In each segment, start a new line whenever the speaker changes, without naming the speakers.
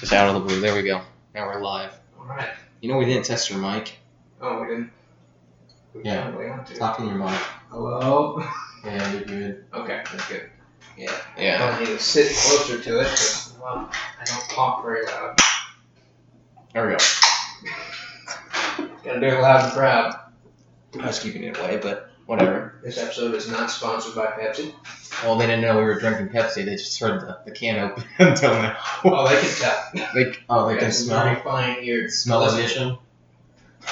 Just out of the blue. There we go. Now we're live.
Alright.
You know we didn't test your mic.
Oh, we didn't. We
Yeah.
Really want to.
Talk in your mic.
Hello.
Yeah, you're good.
Okay, that's good.
Yeah.
I need to sit closer to it. 'cause, well, I don't talk very loud.
There we go.
Gotta do it loud and proud.
I was keeping it away, but whatever.
This episode is not sponsored by Pepsi.
Well, they didn't know we were drinking Pepsi. They just heard the, the can open until now.
Oh, they can tell.
They, oh, they
Got
can
some
smell
Very fine ears.
smell
Let's-
edition.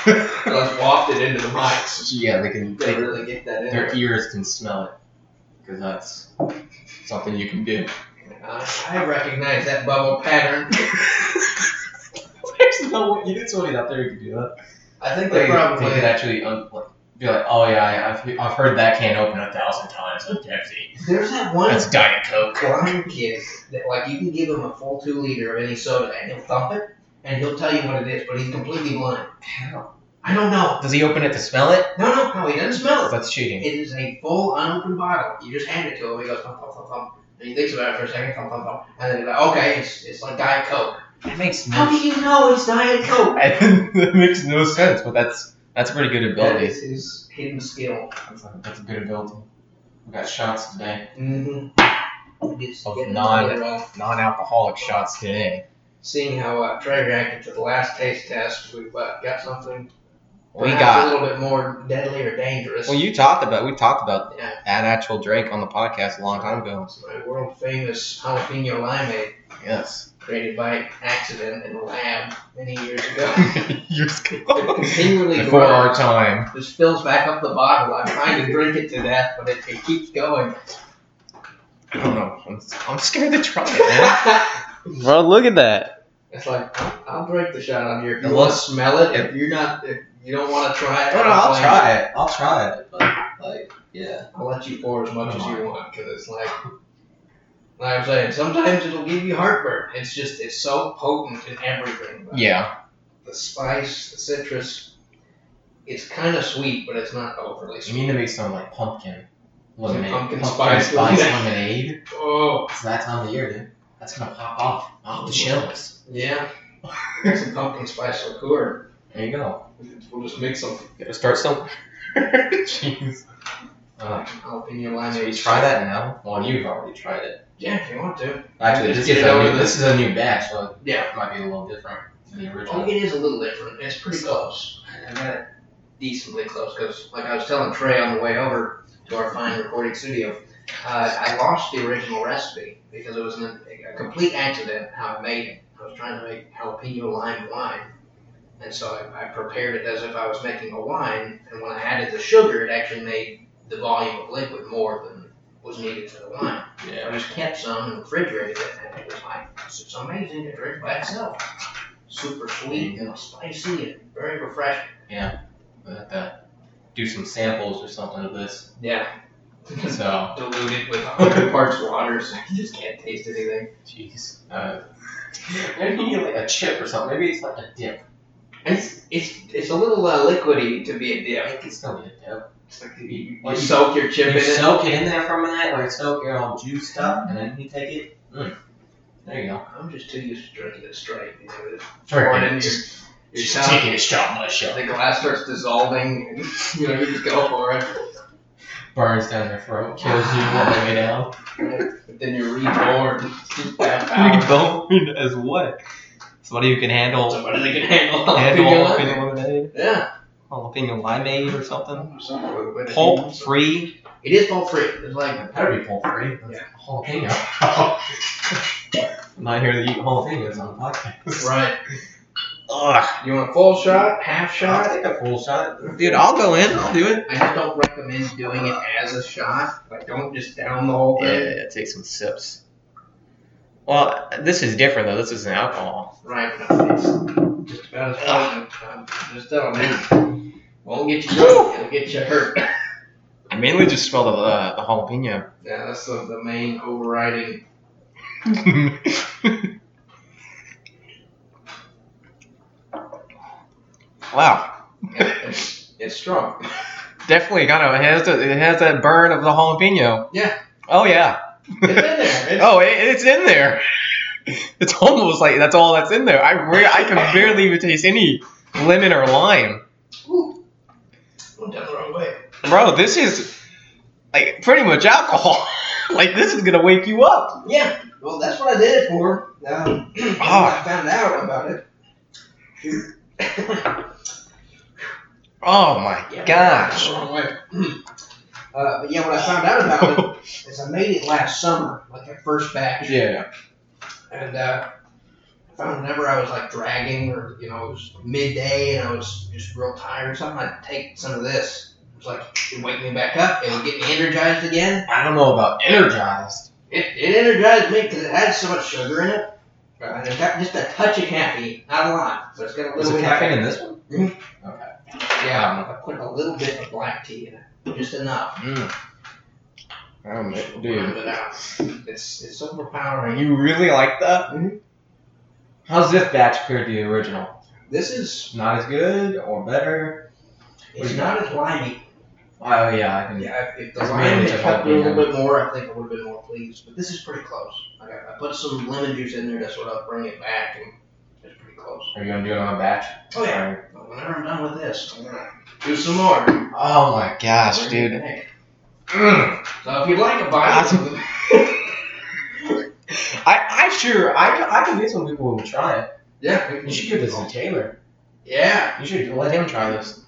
Let's waft it into the mics.
yeah, they can.
You gotta
They,
really get that in.
their
there.
ears can smell it because that's something you can do.
Uh, I recognize that bubble pattern.
There's no way you didn't somebody out there who could do that.
I think
They,
they probably.
could actually un- like, be like, oh yeah, I, I've, I've heard that can open a thousand times on Pepsi.
There's that one
That's Diet Coke.
blind kid that like you can give him a full two liter of any soda and he'll thump it and he'll tell you what it is, but he's completely blind.
How?
I don't know.
Does he open it to smell it?
No, no, no, he doesn't smell it.
That's cheating.
It is a full unopened bottle. You just hand it to him. He goes thump thump thump thump, and he thinks about it for a second, thump thump thump, and then he's like, okay, it's, it's like Diet Coke.
That makes
How do you know it's Diet Coke?
that makes no sense, but that's that's pretty good
That
ability.
is his hidden skill.
That's a, that's a good ability. We got shots today,
Mm-hmm.
Of non- non-alcoholic shots today.
Seeing how uh, Trey reacted to the last taste test, we've uh, got something
We
Perhaps
got.
a little bit more deadly or dangerous.
Well, you talked about we talked about
yeah,
that actual drink on the podcast a long time ago.
it's my world famous jalapeno limeade
Yes.
created by accident in a lab many years ago.
Years
It continually
Before our
grows.
time.
Just fills back up the bottle. I'm trying to drink it to death, but it, it keeps going.
I don't know. I'm, I'm scared to try it, man. Bro, look at that.
it's like I'll, I'll drink the shot on here. If
It
you want to
looks-
smell it, if you're not, if you don't want to try it,
No, no,
I'll
I'll
blame
try it. I'll try it. But, like, yeah.
you. I'll let you pour as much
Come
as you want because it's like. Like I'm saying, sometimes it'll give you heartburn. It's just it's so potent in everything. but-
Yeah.
the spice, the citrus. It's kind of sweet, but it's not overly
You
sweet.
need to make some, like, pumpkin lemonade.
pumpkin spice lemonade.
lemonade.
Oh,
It's that time of year, dude. That's gonna pop off. Off the shelves.
yeah. Make some pumpkin spice liqueur.
There you go.
We'll just mix some
Gotta start somewhere. Jeez. Uh,
jalapeno
should we
limeade.
try that now? Well, you've already tried it.
Yeah, if you want to.
Actually,
Just
this is,
get it
a
over
new,
the-
this is a new batch, so
Yeah.
it might be a little different than the
Well,
original.
it is a little different. It's pretty close. I got it decently close because, like I was telling Trey on the way over to our fine recording studio, uh, I lost the original recipe because it was an, a complete accident how I made it. I was trying to make jalapeno lime wine, and so I, I prepared it as if I was making a wine. And when I added the sugar, it actually made the volume of liquid more than was needed for the wine.
Yeah.
I just kept some and refrigerated it, and it was like it's it's amazing to drink by itself. Super sweet and spicy and very refreshing.
We'll have to do some samples or something of this.
Yeah.
So,
Dilute it with 100 parts water, so you just can't taste anything.
jeez. Uh, maybe you need like a chip or something. Maybe it's like a dip.
It's it's it's a little uh, liquidy to be a dip.
It can still be a dip.
It's like you,
Well,
you
you-
soak your chip in
you
it.
soak it in there for a minute, or soak your old juice stuff, and then you take it. Mm. There you go.
I'm just too used to drinking it straight. You know, just pour it
Freaking
in your,
just,
your
just
mouth,
taking a shot by shot.
The glass starts dissolving, and you know you just go for it.
Burns down your throat, kills you all the way down.
But then you're reborn. Somebody
Reborn as what? Somebody who can handle
that can handle
lemonade,
Yeah.
jalapeno limeade or something.
Pulp
Pulp free.
It is pulp free. It's like
That'd be pulp free. That's
Yeah.
Jalapeno. I'm not here to eat jalapenos on the podcast.
right.
Ugh.
You want a full shot, half
I'll
shot?
take a full shot. Dude, I'll go in. I'll do it.
I just don't recommend doing it as a shot. Like, don't just down the whole thing.
take some sips. Well, this is different though. This isn't alcohol.
Right. No, it's just about as potent. I'm just telling you. Won't get you drunk. It'll get you hurt.
I mainly just smell the uh, the jalapeno.
Yeah, that's the, the main overriding.
wow,
It's, it's strong.
definitely kind of it has the, it has that burn of the jalapeno.
Yeah.
Oh yeah.
It's in there. It's,
Oh, it, it's in there. It's almost like that's all that's in there. I re- I can barely even taste any lemon or lime.
Ooh. Went down the wrong way.
Bro, this is like pretty much alcohol. like this is gonna wake you up.
Yeah. Well, that's what I did it for. Um, when
Ah.
I found out about it.
Oh my
Yeah,
gosh.
went down the wrong way. Uh, but yeah, when I found out about it is I made it last summer, like that first batch.
Yeah.
And uh, I found whenever I was like dragging or, you know, it was midday and I was just real tired or something, I'd take some of this. It was like, it wake me back up. It would get me energized again.
I don't know about energized.
It, it energized me because it had so much sugar in it. Uh, And it got just a touch of caffeine. Not a lot, but it's got a
Is
little
there
bit.
caffeine in this one?
Mhm.
Okay.
Yeah, I put a little bit of black tea in it. Just enough.
Mm. Oh, man,
Round
dude.
it out. It's, it's overpowering.
You really like that?
Mm-hmm. How's this batch compared to the original?
This is
Not as good or better?
it's not as limey.
Oh yeah, I can.
Yeah, if the
It's
lime
mainly
had
just
kept it a little bit
jalapeno.
more, I think I would have been more pleased. But this is pretty close. Like I, I put some lemon juice in there to sort of bring it back, and it's pretty close.
Are you gonna do it on a batch?
Oh yeah.
Or-
But whenever I'm done with this, I'm gonna do some more.
Oh my gosh,
Bring it
dude.
back.
Mm.
So if you'd like a bite,
Awesome. I, I sure I can, I convince some people will try it.
yeah,
You
we
should
should.
give this to Taylor.
Yeah,
You should let him try this.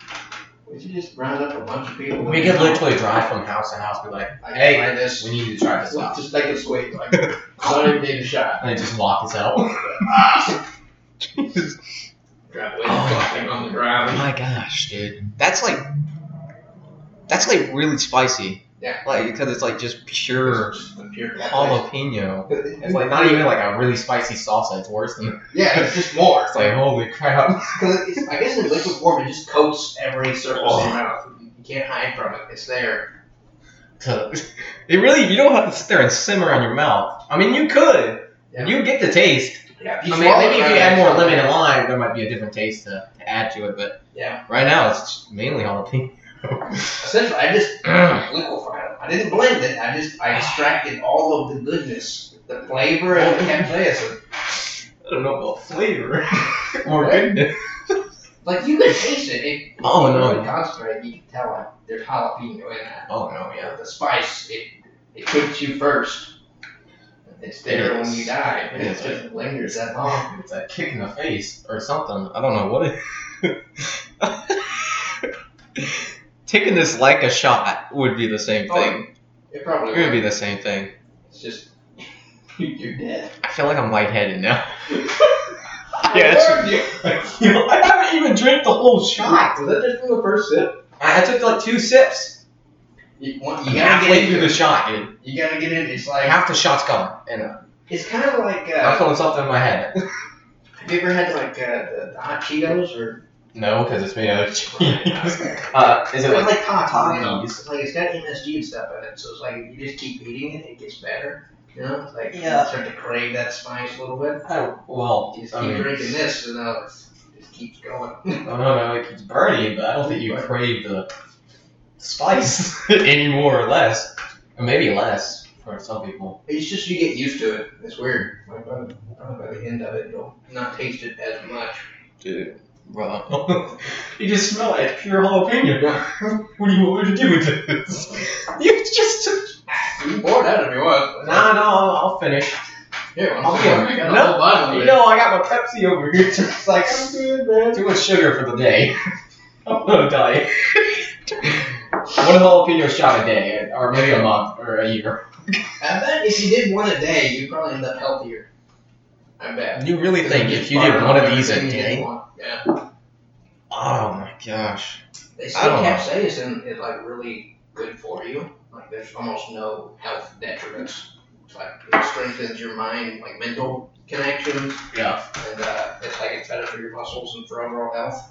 we should just round up a bunch of people.
We could literally drive from house to house, be like,
I can
"Hey,
try this.
we need you to try this out,"
Just make us wait. Like, sorry, we need a shot.
and then just lock us out.
Jesus.
Grab away the fucking on the ground.
my gosh, dude. That's like that's like really spicy.
Yeah.
Like because it's like just pure
It's the pure
Jalapeno. It's like not even like a really spicy salsa. It's worse than.
Yeah, it's just more.
It's like holy crap.
Because it's, I guess in liquid form, it just coats every surface
Oh.
in your mouth. You can't hide from it. It's there.
It really you don't have to sit there and simmer on your mouth. I mean you could.
Yeah.
You get the taste.
Yeah,
I mean, maybe if you add more lemon and lime, there might be a different taste to, to add to it. But
Yeah.
right now, it's just mainly jalapeno.
Essentially, I just liquefied them. I didn't blend it. I just I extracted all of the goodness, the flavor, and the capsaicin.
I don't know about flavor.
More goodness.
Like you could taste it. it
Oh,
if you
no.
really Concentrate. You can tell like there's jalapeno in that.
Oh no, yeah.
Yeah, the spice it it cooks you first. It's there when you die, but it
Yes.
just lingers that long.
It's a kick in the face or something. I don't know what it.
Taking this like a shot would be the same
Oh,
thing.
It probably
It would be the same thing.
It's just you're dead.
I feel like I'm lightheaded now.
Yeah,
it's-
Where are you?
I haven't even drank the whole shot.
Was that just from the first sip?
I I took like two sips.
You, want- you gotta
Halfway
get
through
into
the
it.
shot, dude.
You gotta get in. It's like
Half the shot's gone, and uh,
it's kind of like
I'm
uh,
feeling something in my head.
have you ever had like uh, the, the hot Cheetos or
No, because it's made out of cheese.
it's
Uh, is it like
like hot Cheetos?
cheese?
It's like it's got MSG and stuff in it, so it's like if you just keep eating it, it gets better. You know, it's like
Yeah.
you start to crave that spice a little bit.
I don't- well,
You just
I
keep
mean,
drinking this, and now it's, it just keeps going.
I don't know. It keeps burning, but I don't think you crave the spice any more or less, or maybe less for some people.
it's just you get used to it. It's weird. Like by the, by the end of it, you'll not taste it as much.
Dude, bro.
you just smell it. It's pure jalapeno. what do you want me to do with this?
You just took.
You can pour it out if you want.
Nah, no, I'll, I'll finish.
Here,
I'll
once
get
more.
it.
You got
No,
a whole bottle of it.
know, I got my Pepsi over here. Just like I'm good, man. Too much sugar for the day. I'm gonna die. One jalapeno shot a day, or maybe a month, or a year.
I bet if you did one a day, you'd probably end up healthier. I bet.
You really think if you did one of these a day?
Yeah.
Oh my gosh.
They say
I don't know.
capsaicin is like really good for you. Like there's almost no health detriments. It's like it strengthens your mind, like mental connections,
Yeah.
and uh, it's like it's better for your muscles and for overall health.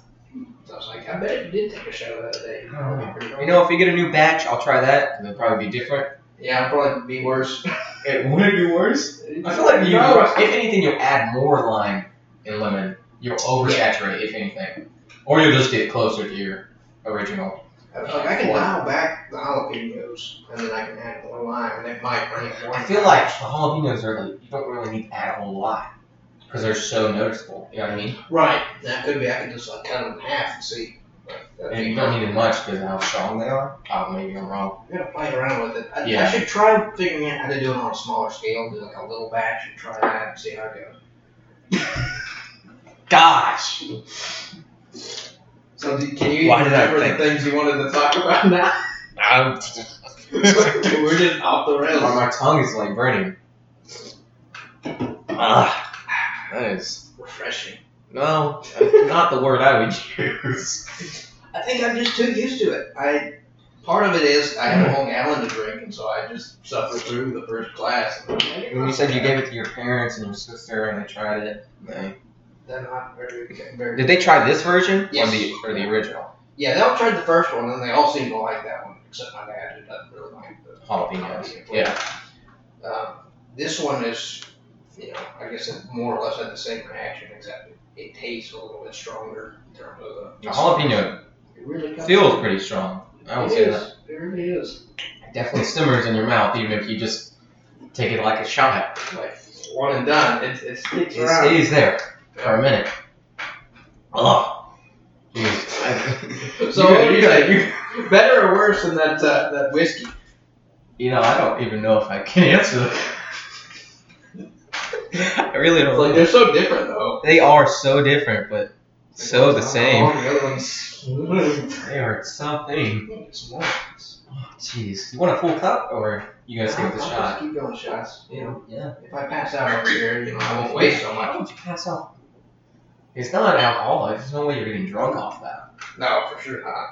So I was like, I bet if you did take a shot of that a day, you'd probably be pretty
You know, if we get a new batch, I'll try that. It'll probably be different.
Yeah, it'd probably be worse.
It would it be worse? I feel like you, if anything, you'll add more lime and lemon. You'll oversaturate, if anything, or you'll just get closer to your original.
I, like, I can dial back the jalapenos, and then I can add more lime, and it might bring it more.
I feel like the jalapenos are like you don't really need to add a whole lot because they're so noticeable. You know what I mean?
right. That could be. I could just like cut them in half and see. Like, that'd
And
be
you don't need it much because of how strong they are. Oh, maybe I'm wrong.
I'm gonna play around with it. I, I
Yeah.
should try figuring out how to do it on a smaller scale, do like a little batch and try that and see how it goes.
Gosh,
So, do, can you
Why
even
did I
remember the things you wanted to talk about now?
I'm,
We're just off the
my,
rails.
my tongue is like burning. Ah, that is
Refreshing.
no, that's not the word I would use.
I think I'm just too used to it. I part of it is I
Mm-hmm.
had a Long Island to drink, and so I just suffered through the first class.
When you said you gave it to your parents and your sister and they tried it, they-
They're not very, very
did they try this version
Yes.
or the or the original
Yeah, they all tried the first one, and they all seem to like that one, except my dad, who doesn't really like the
jalapenos? Yeah,
Um, this one is, you know, I guess it more or less had the same reaction, except it, it tastes a little bit stronger in terms of
the
the.
jalapeno
It really comes-
feels pretty strong. I
It
would say that.
is. It really is.
definitely simmers in your mouth, even if you just take it like a shot.
Like one and done. It, it sticks
It
around.
stays there for a minute. Oh,
So what would you say? Better or worse than that uh, that whiskey?
You know, I don't even know if I can answer that. I really
It's
don't.
like
Like
they're so different though.
they are so different, but so the same.
oh, The other one's
They are something.
it's more.
Oh, jeez. You want a full cup, or you guys give it a
I'll
shot?
Just keep going shots. You know,
Yeah.
if I pass out over here, you know, I won't waste so much.
Why would you pass out? It's not alcoholic. There's no way you're getting drunk off that.
No, for sure not.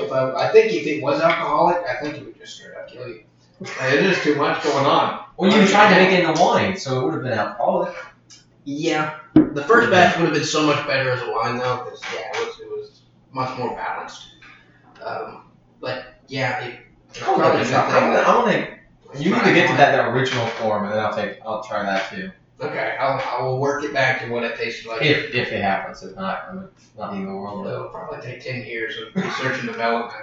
If I, I think if it was alcoholic, I think it would just straight up kill you. Like, there's just too much going on.
Well, you tried to make it into wine, so it would have been alcoholic.
Yeah. The first batch would have been so much better as a wine though, because yeah, it was, it was much more balanced. Um, but yeah, it, it's
I
probably a
want
good
to.
thing that-
You need to get to that, that original form, and then I'll take. I'll try that too.
Okay, I'll, I will work it back to what it tasted like.
If if it happens, if not, I'm not in the world.
It'll probably take ten years of research and development.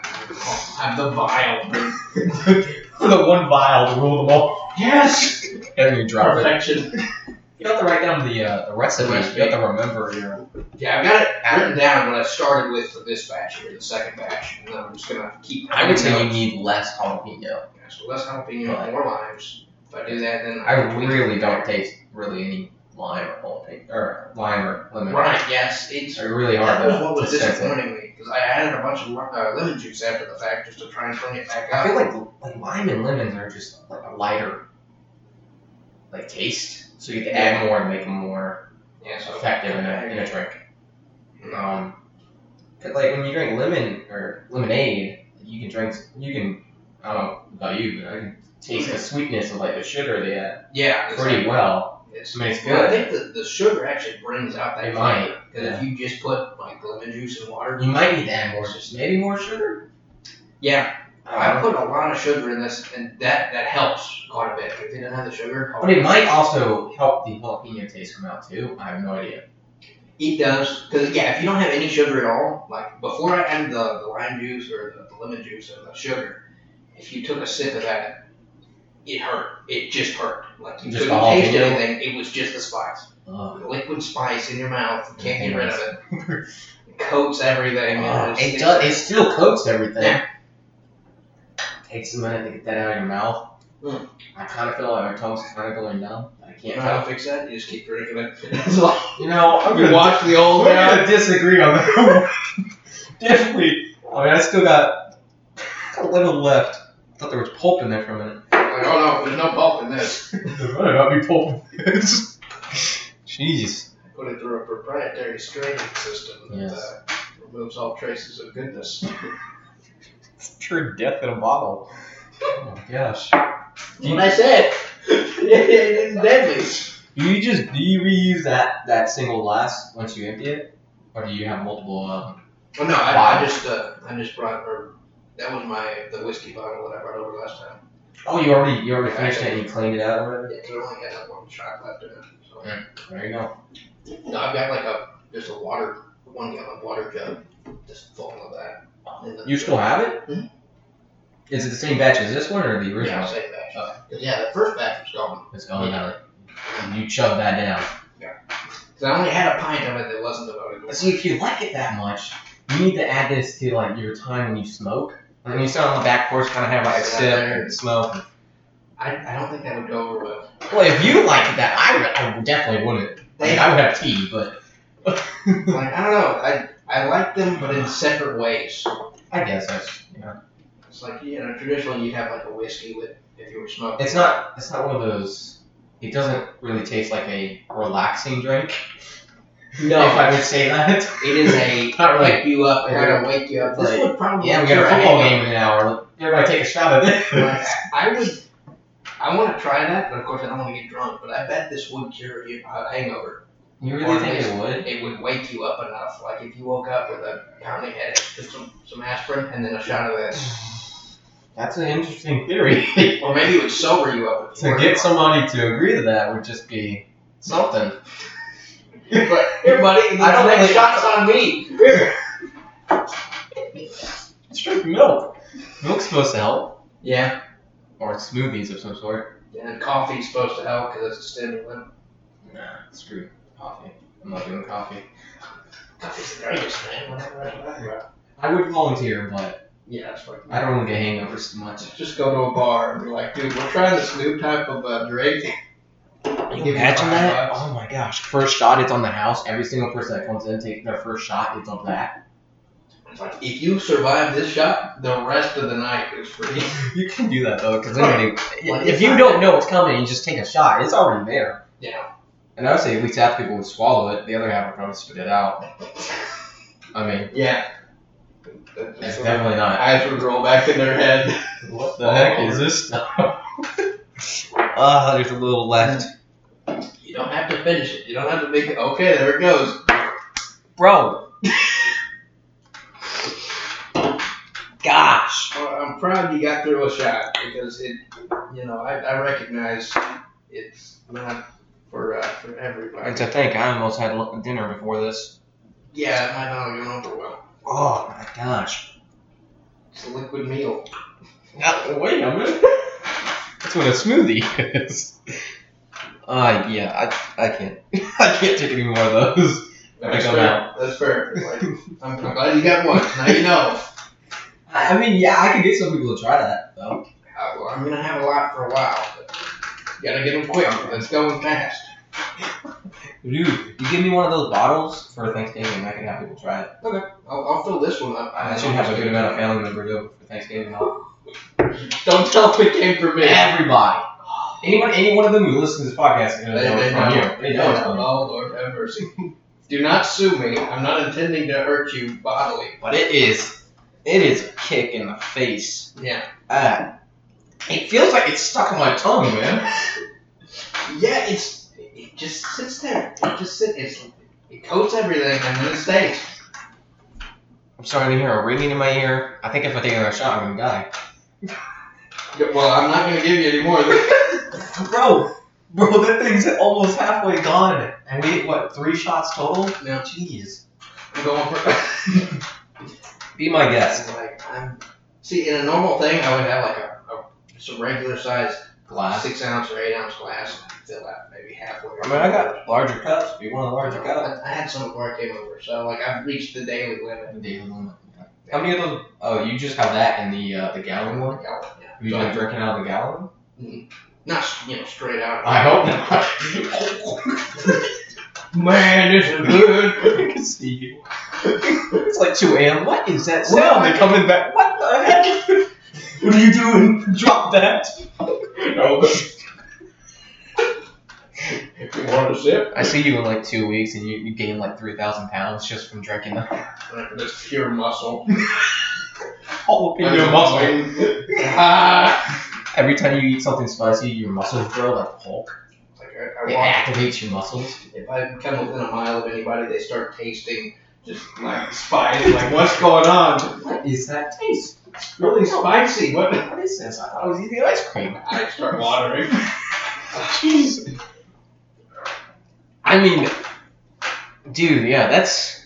I'm the vial.
the one vial to rule them all.
Yes,
And you drop it.
perfection.
You have to write down the uh, the recipe.
The
You have to remember your.
Yeah, I've got it written down what I started with for this batch here, the second batch, and then I'm just gonna keep.
I would say you need less jalapeno.
Okay, So less jalapeno,
But-
more limes. If I do that, then
I
can tweak it
really don't
back.
taste really any lime or jalapeno or lime or lemon.
Right. Yes, it's.
It's really
That
hard
was
to,
what was
to sense it.
disappointing me because I added a bunch of li- uh, lemon juice after the fact just to try and bring it back
I
up.
feel like like lime and lemons are just like a lighter like taste, so you have to add more and make them more.
Yeah, so
effective in a, in a drink. Um, 'cause, like when you drink lemon or lemonade, you can drink. You can. I don't know about you, but I can taste the sweetness of like the sugar they add
Yeah, it's
pretty well.
It's,
I mean, it's
Well, I
good.
think the, the sugar actually brings out that
It
flavor.
might,
Because if you just put like lemon juice and water,
You might need to add more, just maybe more sugar.
yeah, I
Um,
put a lot of sugar in this, and that that helps quite a bit. If it didn't have the sugar,
but it might also help the jalapeno taste come out too. I have no idea.
It does because yeah, if you don't have any sugar at all, like before I added the, the lime juice or the, the lemon juice and the sugar, if you took a sip of that, it hurt. It just hurt. Like you
Just
couldn't
the
taste
jalapeno?
anything. It was just the spice,
Ugh.
the liquid spice in your mouth. You can't get rid of it. It coats everything. and
Uh,
it's-
it does. It still coats everything. Takes a minute to get that out of your mouth.
Mm.
I kind of feel like my tongue's kind of going numb. I
You
can't
know
tell.
how to fix that? You just keep drinking it. It's like-
Uh, You know, I'm
We
gonna,
watched the old
we're
man.
gonna disagree on that one. Definitely. I mean, I still got a little left. I thought there was pulp in there for a minute.
Like, oh no, there's no pulp in this.
there better not be pulp in this. Jeez.
Put it through a proprietary straining system that
Yes.
uh, removes all traces of goodness.
It's pure death in a bottle. Oh my gosh. Do you,
I said, it's deadly.
do you just do you reuse that that single glass once you empty it, or do you have multiple? Um,
Well, Oh, no, I, I
Wow.
just uh, I just brought or that was my the whiskey bottle that I brought over last time.
oh, you already you already finished it and you cleaned it out or whatever.
Yeah, 'cause I only had that one shot left in it. So
There you go.
no, I've got like a just a water one gallon water jug just full of that.
Oh,
well. in the-
You still have it?
Mhm.
Is it the same batch as this one or the
Yeah,
original?
same batch.
Okay. Oh,
'Cause, yeah, the first batch was gone.
It's going down. You chug that down.
Because I only had a pint of it that wasn't devoted.
So if you like it that much, you need to add this to like your time when you smoke. And you sit on the back porch, kind of have like a sip and smoke.
I, I don't think that would go over well.
Well, if you liked that, I, would- I definitely wouldn't.
They,
Like, I would have tea, but
like, I don't know. I I like them, but in separate ways.
I guess that's yeah.
It's like you know, traditionally you'd have like a whiskey with if you were smoking.
It's not. It's not one of those. It doesn't really taste like a relaxing drink. if I would say that.
it is a
not really.
wake you up,
Yeah.
kind of wake you up. This
Like,
would probably
Yeah, we got a
cure
football
hangover.
game in an hour. Everybody take a shot at
Like,
this.
I would. I want to try that, but of course I don't want to get drunk. But I bet this would cure you a hangover.
You
Or
really think it would?
It would wake you up enough. Like if you woke up with a pounding headache, just some, some aspirin and then a shot of this,
That's an interesting theory.
or maybe it would sober you up. if you
to
were
get
drunk.
somebody to agree to that would just be something.
But here, buddy, I don't
That's
make
really-
shots on me.
Just drink milk. Milk's supposed to help,
Yeah.
or smoothies of some sort.
And coffee's supposed to help because it's a stimulant.
Nah, screw coffee. I'm not doing coffee.
Coffee's the greatest, man. Whatever I'm talking about.
I would volunteer, but
Yeah, that's right.
I don't really get hangovers too much.
Just go to a bar and be like, dude, we're trying this new type of uh, drink.
Can you imagine that? Oh my gosh! First shot, it's on the house. Every single person that comes in takes their first shot. It's on that.
It's like, if you survive this shot, the rest of the night is free.
You can do that though, because if you don't know it's coming, you just take a shot. It's already there.
Yeah.
And I would say at least half people would swallow it. The other half would probably spit it out. I mean,
Yeah.
it's definitely not.
Eyes would roll back in their head.
What the heck is this stuff? Ah, there's a little left.
You don't have to finish it. You don't have to make it. Okay, there it goes.
Bro. Gosh.
Well, I'm proud you got through a shot because it, you know, I, I recognize it's not for uh, for
And
everybody.
to think, I almost had l- dinner before this.
Yeah, it might not have gone over well.
Oh my gosh.
It's a liquid meal.
Now, wait a minute. That's what a smoothie is. Uh, yeah, I, I can't. I can't take any more of those.
That's
go
fair.
now.
That's fair. Like, I'm, I'm glad you got one. Now you know.
I I mean, yeah, I could get some people to try that though.
Uh, well, I'm gonna have a lot for a while. But you gotta get them quick. Let's go fast.
Dude, you give me one of those bottles for Thanksgiving, I can have people try it.
I'll, I'll fill this one up.
I should have a good amount of family members over for Thanksgiving. I'll-
Don't tell them it came from me.
Everybody, anyone, any one of them who listens to this podcast, is
They,
gonna know
they
it's from
know.
you. They know it's from you.
Oh Lord, have mercy. Do not sue me. I'm not intending to hurt you bodily.
But it is, it is a kick in the face.
Yeah.
Uh, it feels like it's stuck in my tongue, man.
Yeah, it's it just sits there. It just sits. It's it coats everything and then it stays.
I'm starting to hear a ringing in my ear. I think if I take another shot, I'm gonna die.
Well, I'm not gonna give you any more. of this.
Bro, bro, that thing's almost halfway gone, and we what three shots total?
No.
Jeez.
I'm going for.
Be my guest.
like I'm. See, in a normal thing, I would have like a, a some regular size
Glass.
six ounce or eight ounce glass and fill out maybe halfway.
I mean, I got larger cups. If you want a larger cup.
I, I had some before I came over, so like I've reached the daily limit.
How many of those? Oh, you just have that in the uh, the gallon one.
Yeah.
You like drinking out of the gallon?
Not you know straight out.
hope not.
Man, this is good.
I can see you. It's like 2 a.m. What is that
What?
sound? They're coming back. What the heck? What are you doing? Drop that.
No. if you want to sip,
I see you in like two weeks, and you, you gain like 3,000 pounds just from drinking the
that's pure muscle.
jalapeno
Ah.
Every time you eat something spicy, your muscles grow like Hulk.
Like I, I
It
walk,
activates your muscles.
if I come within a mile of anybody, they start tasting just like spice. Like what's going on?
What is that taste?
It's really spicy. What?
What is this? I thought I was eating ice cream.
I start watering.
Jeez. I mean,
Mm-hmm.
dude, yeah, that's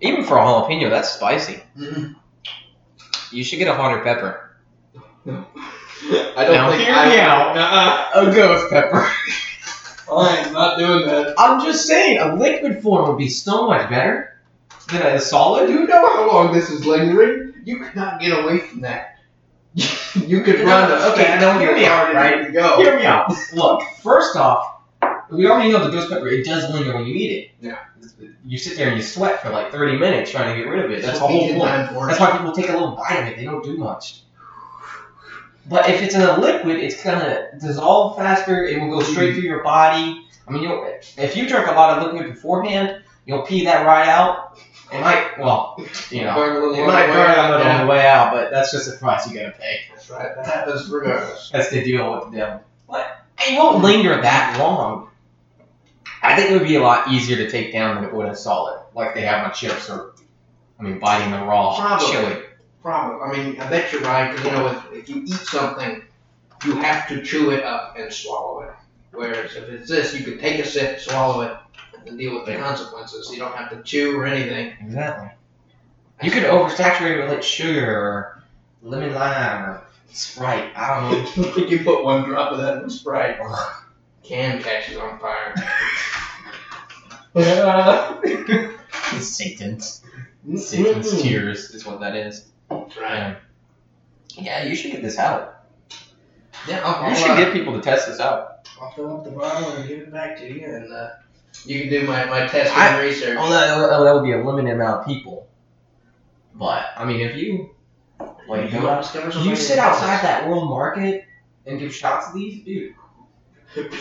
even for a jalapeno, that's spicy.
Mhm.
You should get a hotter pepper.
I don't
Now
think
hear
I
me out.
Nuh-uh. I'll go with pepper. I'm not doing that.
I'm just saying, a liquid form would be so much better than a solid.
Do you know how long this is lingering? You could not get away from that. you could
No,
run a
okay,
stab
now hear
your
me out,
card and
right?
you go.
Hear me out. Look, first off, we already know the ghost pepper, it does linger when you eat it.
Yeah.
You sit there and you sweat for like 30 minutes trying to get rid of it. That's the
what we
whole
did
point.
mine for.
That's why people take a little bite of it. They don't do much. But if it's in a liquid, it's gonna dissolve faster. It will go straight through your body. I mean, you'll, if you drink a lot of liquid beforehand, you'll pee that right out. It might, well, you know,
Burn a little
it might
more.
burn a little
Yeah.
on the way out, but that's just the price you gotta pay.
That's right. That happens regardless.
That's the deal with the devil. But it won't linger that long. I think it would be a lot easier to take down than it would a solid, like they have on chips or, I mean, biting the raw
Probably.
chili.
Problem. I mean, I bet you're right. 'cause, you know, if, if you eat something, you have to chew it up and swallow it. Whereas if it's this, you could take a sip, swallow it, and then deal with the consequences. You don't have to chew or anything.
Exactly. You could oversaturate it with like sugar or lemon lime or Sprite. I don't know.
you put one drop of that in Sprite. Can catches on fire.
Satan's Mm-hmm. Satan's tears is what that is.
That's right.
Yeah, you should get this out.
Yeah, I'll,
You
I'll,
should
uh,
get people to test this out.
I'll fill up the bottle and give it back to you, and uh, you can do my, my testing
I-
research.
Although oh, that, that would be a limited amount of people. But I mean, if you like,
you,
go,
upstairs
you
or
sit
something?
outside that World Market and give shots to these, dude.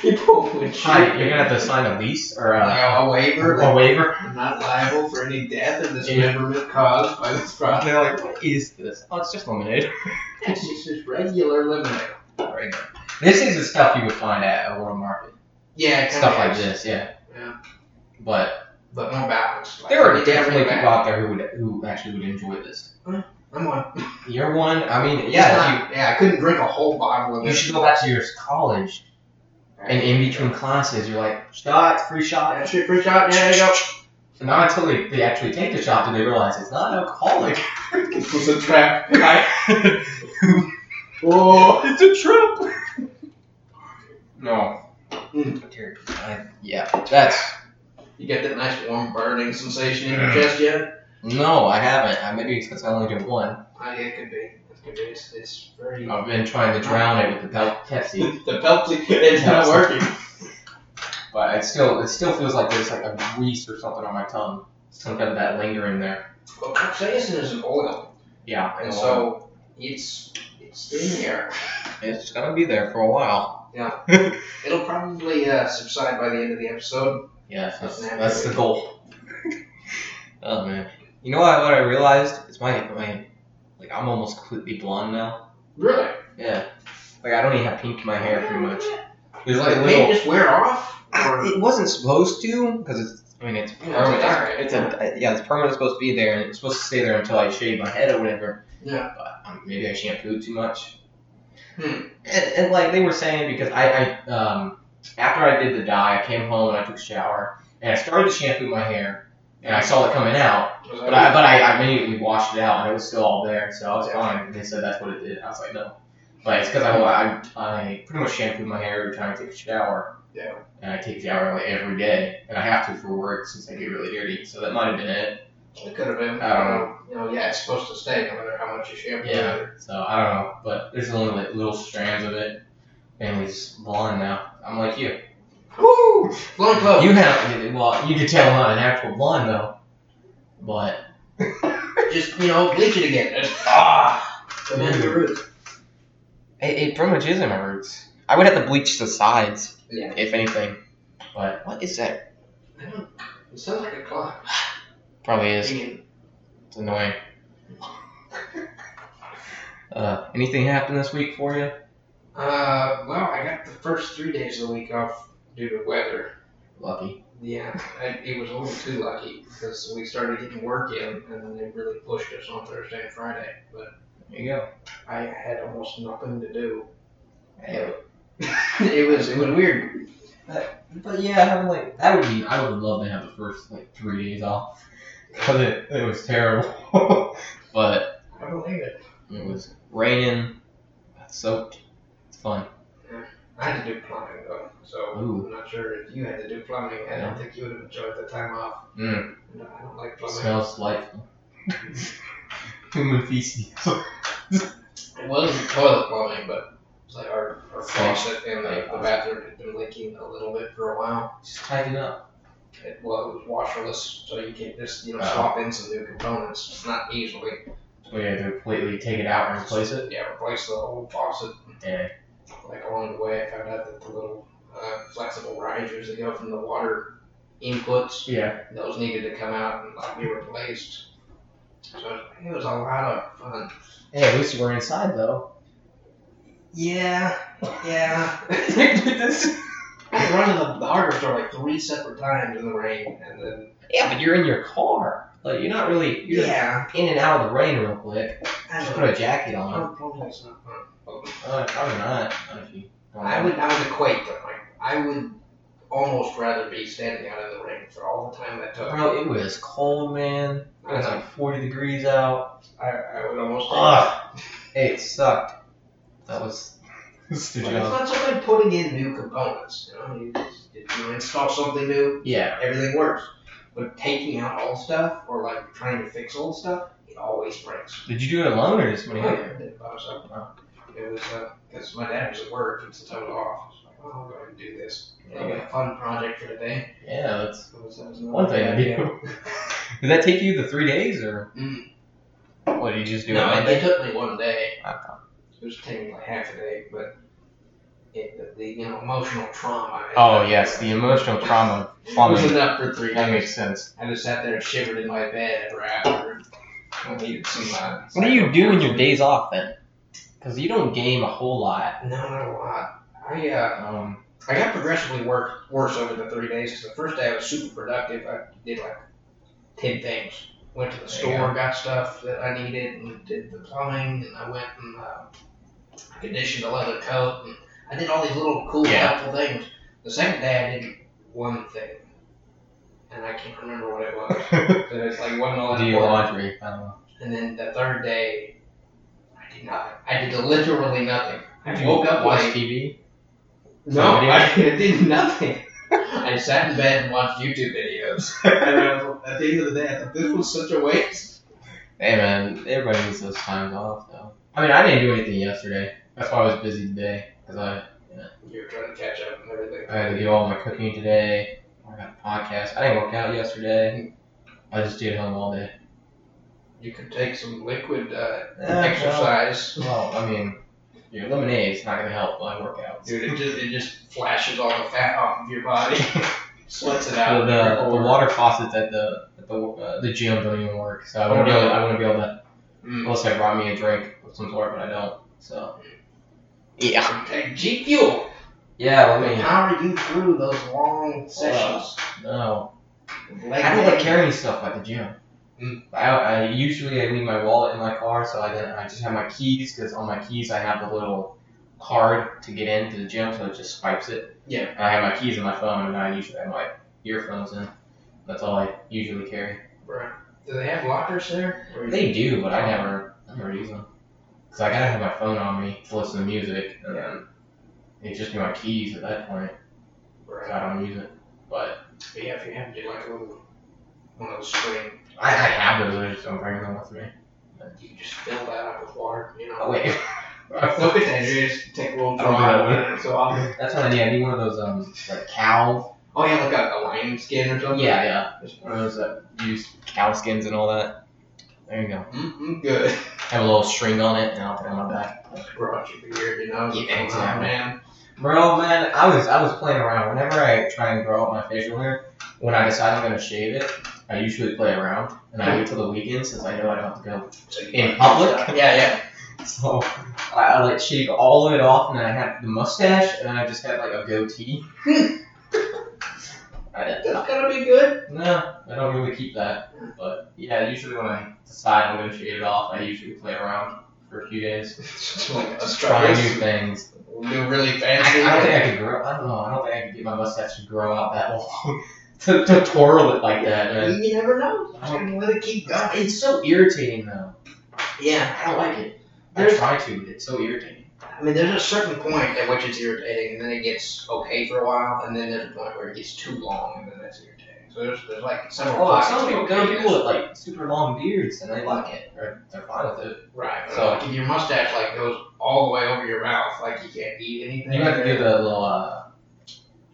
People would shoot.
Hi, you're gonna have to sign a lease or
Like,
a,
a waiver.
a
Like,
waiver.
I'm not liable for any death in this
Yeah.
memberment caused by this product.
They're like, what is this? Oh, it's just lemonade.
It's just this regular lemonade.
This is the stuff you would find at a World Market.
Yeah, it kinda
stuff like
is,
this, yeah.
Yeah.
But
but more balanced. Like,
there are
it's definitely
definitely people
balanced.
out there who would who actually would enjoy this.
I'm one.
You're one. I mean,
It's
yeah.
not- yeah, I couldn't drink a whole bottle of
You, you
this.
should go back to your college and in between classes, you're like shots, free
That
shot.
shit free shot. Yeah, there you go.
And not until they, they actually take the shot do they realize it's not alcoholic.
This was a trap.
Oh,
it's a trip.
no.
Yeah, that's
You get that nice warm burning sensation in your chest yet?
no, I haven't. I maybe it's because I only did one.
Uh, yeah, it could be. It could be. It's, it's very.
I've been trying to drown it with the Pel- Pepsi.
the Pepsi, it's not working.
But it still it still feels like there's like a grease or something on my tongue. Some kind of that lingering there.
But capsaicin is an oil,
Yeah.
and so it's it's in there.
it's gonna be there for a while.
It'll probably uh, subside by the end of the episode.
Yeah, that's, that's the goal. oh man. You know what, what I realized? It's my my like I'm almost completely blonde now.
Really?
Yeah. Like I don't even have pink in my hair pretty much. There's like
Like,
a
may it
little
just wear off? Or,
it wasn't supposed to, because it's I mean it's permanent.
it's alright.
It's a yeah, it's permanent supposed to be there and it's supposed to stay there until I shave my head or whatever.
Yeah.
But um, maybe I shampooed too much.
Hmm.
And, and like they were saying because I, I um after I did the dye, I came home and I took a shower and I started to shampoo my hair and I saw it coming out,
was
but I but I, I immediately washed it out and it was still all there, so I was fine. They said that's what it did. I was like no, but it's because I, I I pretty much shampooed my hair every time I take a shower
yeah.
and I take a shower like every day, and I have to for work since I get really dirty. So that might have been it.
It could have been.
I don't know.
You know, yeah, it's supposed to stay no matter how much you shampoo.
Yeah.
it.
So I don't know, but there's only like little strands of it. Family's blonde now. I'm like you. Oh,
Woo! Blowing clothes.
You have well, you could tell I'm not an actual blonde though, but
just you know bleach it again.
ah,
Go back to the roots.
it, it pretty much is in my roots. I would have to bleach the sides,
Yeah.
if anything. But what is that?
I don't. It sounds like a clock.
Probably is.
Dinging.
It's annoying. Uh, anything happen this week for you?
Uh, well, I got the first three days of the week off due to weather.
Lucky.
Yeah, I, it was a little too lucky because we started getting work in, and then they really pushed us on Thursday and Friday. But
There you go.
I had almost nothing to do.
Hey,
it was it was weird.
But yeah, having like that would be. I would love to have the first like three days off because it, it was terrible. but
I believe it.
It was raining, soaked. It's fun.
I had to do plumbing though, so
Ooh.
I'm not sure if you had to do plumbing. I
Yeah.
don't think you would have enjoyed the time off.
Mm.
No, I don't like plumbing.
Smells delightful. Human feces.
It wasn't toilet plumbing, but it's like our, our faucet in the, the
Yeah.
bathroom had been leaking a little bit for a while.
Just tighten up.
It, well, it was washerless, so you can't just you know
Oh.
swap in some new components. It's not easily.
We had to completely take it out and replace it.
Yeah, replace the whole faucet.
Yeah.
Like along the way, I found out that the little uh, flexible risers that go from the water inputs
Yeah.
those needed to come out and like, be replaced. So it was a lot of fun.
Hey, at least you were inside though.
Yeah, yeah.
yeah,
I had run to the- the hardware store like three separate times in the rain, and then
but you're in your car. Like you're not really. You're just
yeah,
in and out of the rain real quick.
I
Just
don't
put
know.
a jacket on.
Probably it's not fun.
Uh, probably not. Not if you don't
I
know.
would, I would equate them. Like I would almost rather be standing out in the rain for all the time that took.
Bro, it was cold, man. It was like 40 degrees out.
I, I would almost.
Ugh. Hey, it sucked. That was. That's the
Like, it's not so good putting in new components. You know, you, if you install something new,
Yeah.
everything works. But taking out old stuff or like trying to fix old stuff, it always breaks.
Did you do it alone or just when you
I
got there?
did it by myself. It was because my dad was at work and since I was off, I was like, oh, I'll go ahead and do this. It'll be a fun project for today.
Yeah, that's
It was, uh, it was
one thing I
did.
do. Did that take you the three days or?
Mm.
What, did you just do it
No,
one
it, it
day? Uh-huh.
took me one day.
Okay.
It was taking like half a day, but it, the, the you know emotional trauma.
Oh, yes, the emotional trauma of
It was
plumbing.
enough for three
That
days.
makes sense.
I just sat there and shivered in my bed every hour. I needed some. Uh,
What do you do in your days off then? Because you don't game a whole lot.
No, not a lot. I uh,
Um,
I got progressively worse worse over the three days. 'cause the first day I was super productive. I did like ten things. Went to the store,
Yeah.
got stuff that I needed, and did the plumbing, and I went and uh, conditioned a leather coat, and I did all these little cool
Yeah.
helpful things. The second day I did one thing, and I can't remember what it was.
do
But it's like wasn't all that
your
important.
laundry. I don't know.
And then the third day, I did nothing. I did literally nothing. I
You
woke up
watch
late.
TV.
No,
Video?
I did nothing. I sat in bed and watched YouTube videos. And I was, at the end of the day, I thought this was such a waste.
Hey man, everybody needs those times off though. I mean, I didn't do anything yesterday. That's why I was busy today. Cause I,
You were trying to catch up and everything.
I had to do all my cooking today. I got a podcast. I didn't work out yesterday. I just stayed home all day.
You could take some liquid uh,
Ah, well.
exercise.
Well, I mean, your lemonade's not gonna help my workouts.
Dude, it just, it just flashes all the fat off of your body, sweats it
Well,
out.
the, the
Or-
water faucets at the at the uh, the gym don't even work, so I wouldn't be able. I wouldn't be able to
Mm.
unless I brought me a drink of some sort, but I don't. So yeah,
Take G Fuel
yeah.
to power you through those long sessions.
no.
Leg
I don't like
day.
carrying stuff at the gym.
Mm.
I, I usually I leave my wallet in my car, so I then I just have my keys because on my keys I have the little card to get into the gym, so it just swipes it.
Yeah.
And I have my keys in my phone, and I usually have my earphones in. That's all I usually carry.
Right. Do they have lockers there? Or-
They do, but I never I never use them because I gotta have my phone on me to listen to music, and then it just be my keys at that point.
Right.
'cause I don't use it, but
But yeah, if you have to do like a little one of those string,
I, I have those. I just don't bring them with me.
you can just fill that up with water, you know.
Oh wait.
No container, you just take a little
I don't do that
draw
one.
and so off.
That's what I need. I need one of those um like cow. oh,
Oh yeah, like a, a lion skin or something. uh,
yeah. One of those that use cow skins and all that. There you go.
Mm-hmm, good.
Have a little string on it, and I'll put it on my back.
Brought you beard, you know.
Yeah,
come on,
exactly.
man.
Bro, man, I was I was playing around. Whenever I try and grow out my facial hair, when I decide I'm gonna shave it, I usually play around, and I wait till the weekend since I know I don't have to go
So you-
in public.
Yeah, yeah.
So I, I like shave all of it off, and then I had the mustache, and then I just had like a goatee. I,
That's gonna be good.
No, I don't really keep that. But yeah, usually when I decide I'm gonna shave it off, I usually play around for a few days,
Just like us
try
trying
new things.
do really
I,
fancy.
I don't think I could grow. I don't know. I don't think I could get my mustache to grow out that long to, to twirl it like that. Man.
You never know. Just gonna let it keep going.
It's so irritating though.
Yeah.
I don't like it. I try to, but it's so irritating.
I mean, there's a certain point at which it's irritating, and then it gets okay for a while, and then there's a point where it gets too long, and then that's irritating. So there's, there's like several.
Oh,
pockets
some
of
people, there are people with
okayness.
like super long beards and they like it.
Or they're fine with it.
Right.
So-
So your mustache like goes all the way over your mouth, like you can't eat anything.
You have to get a little uh,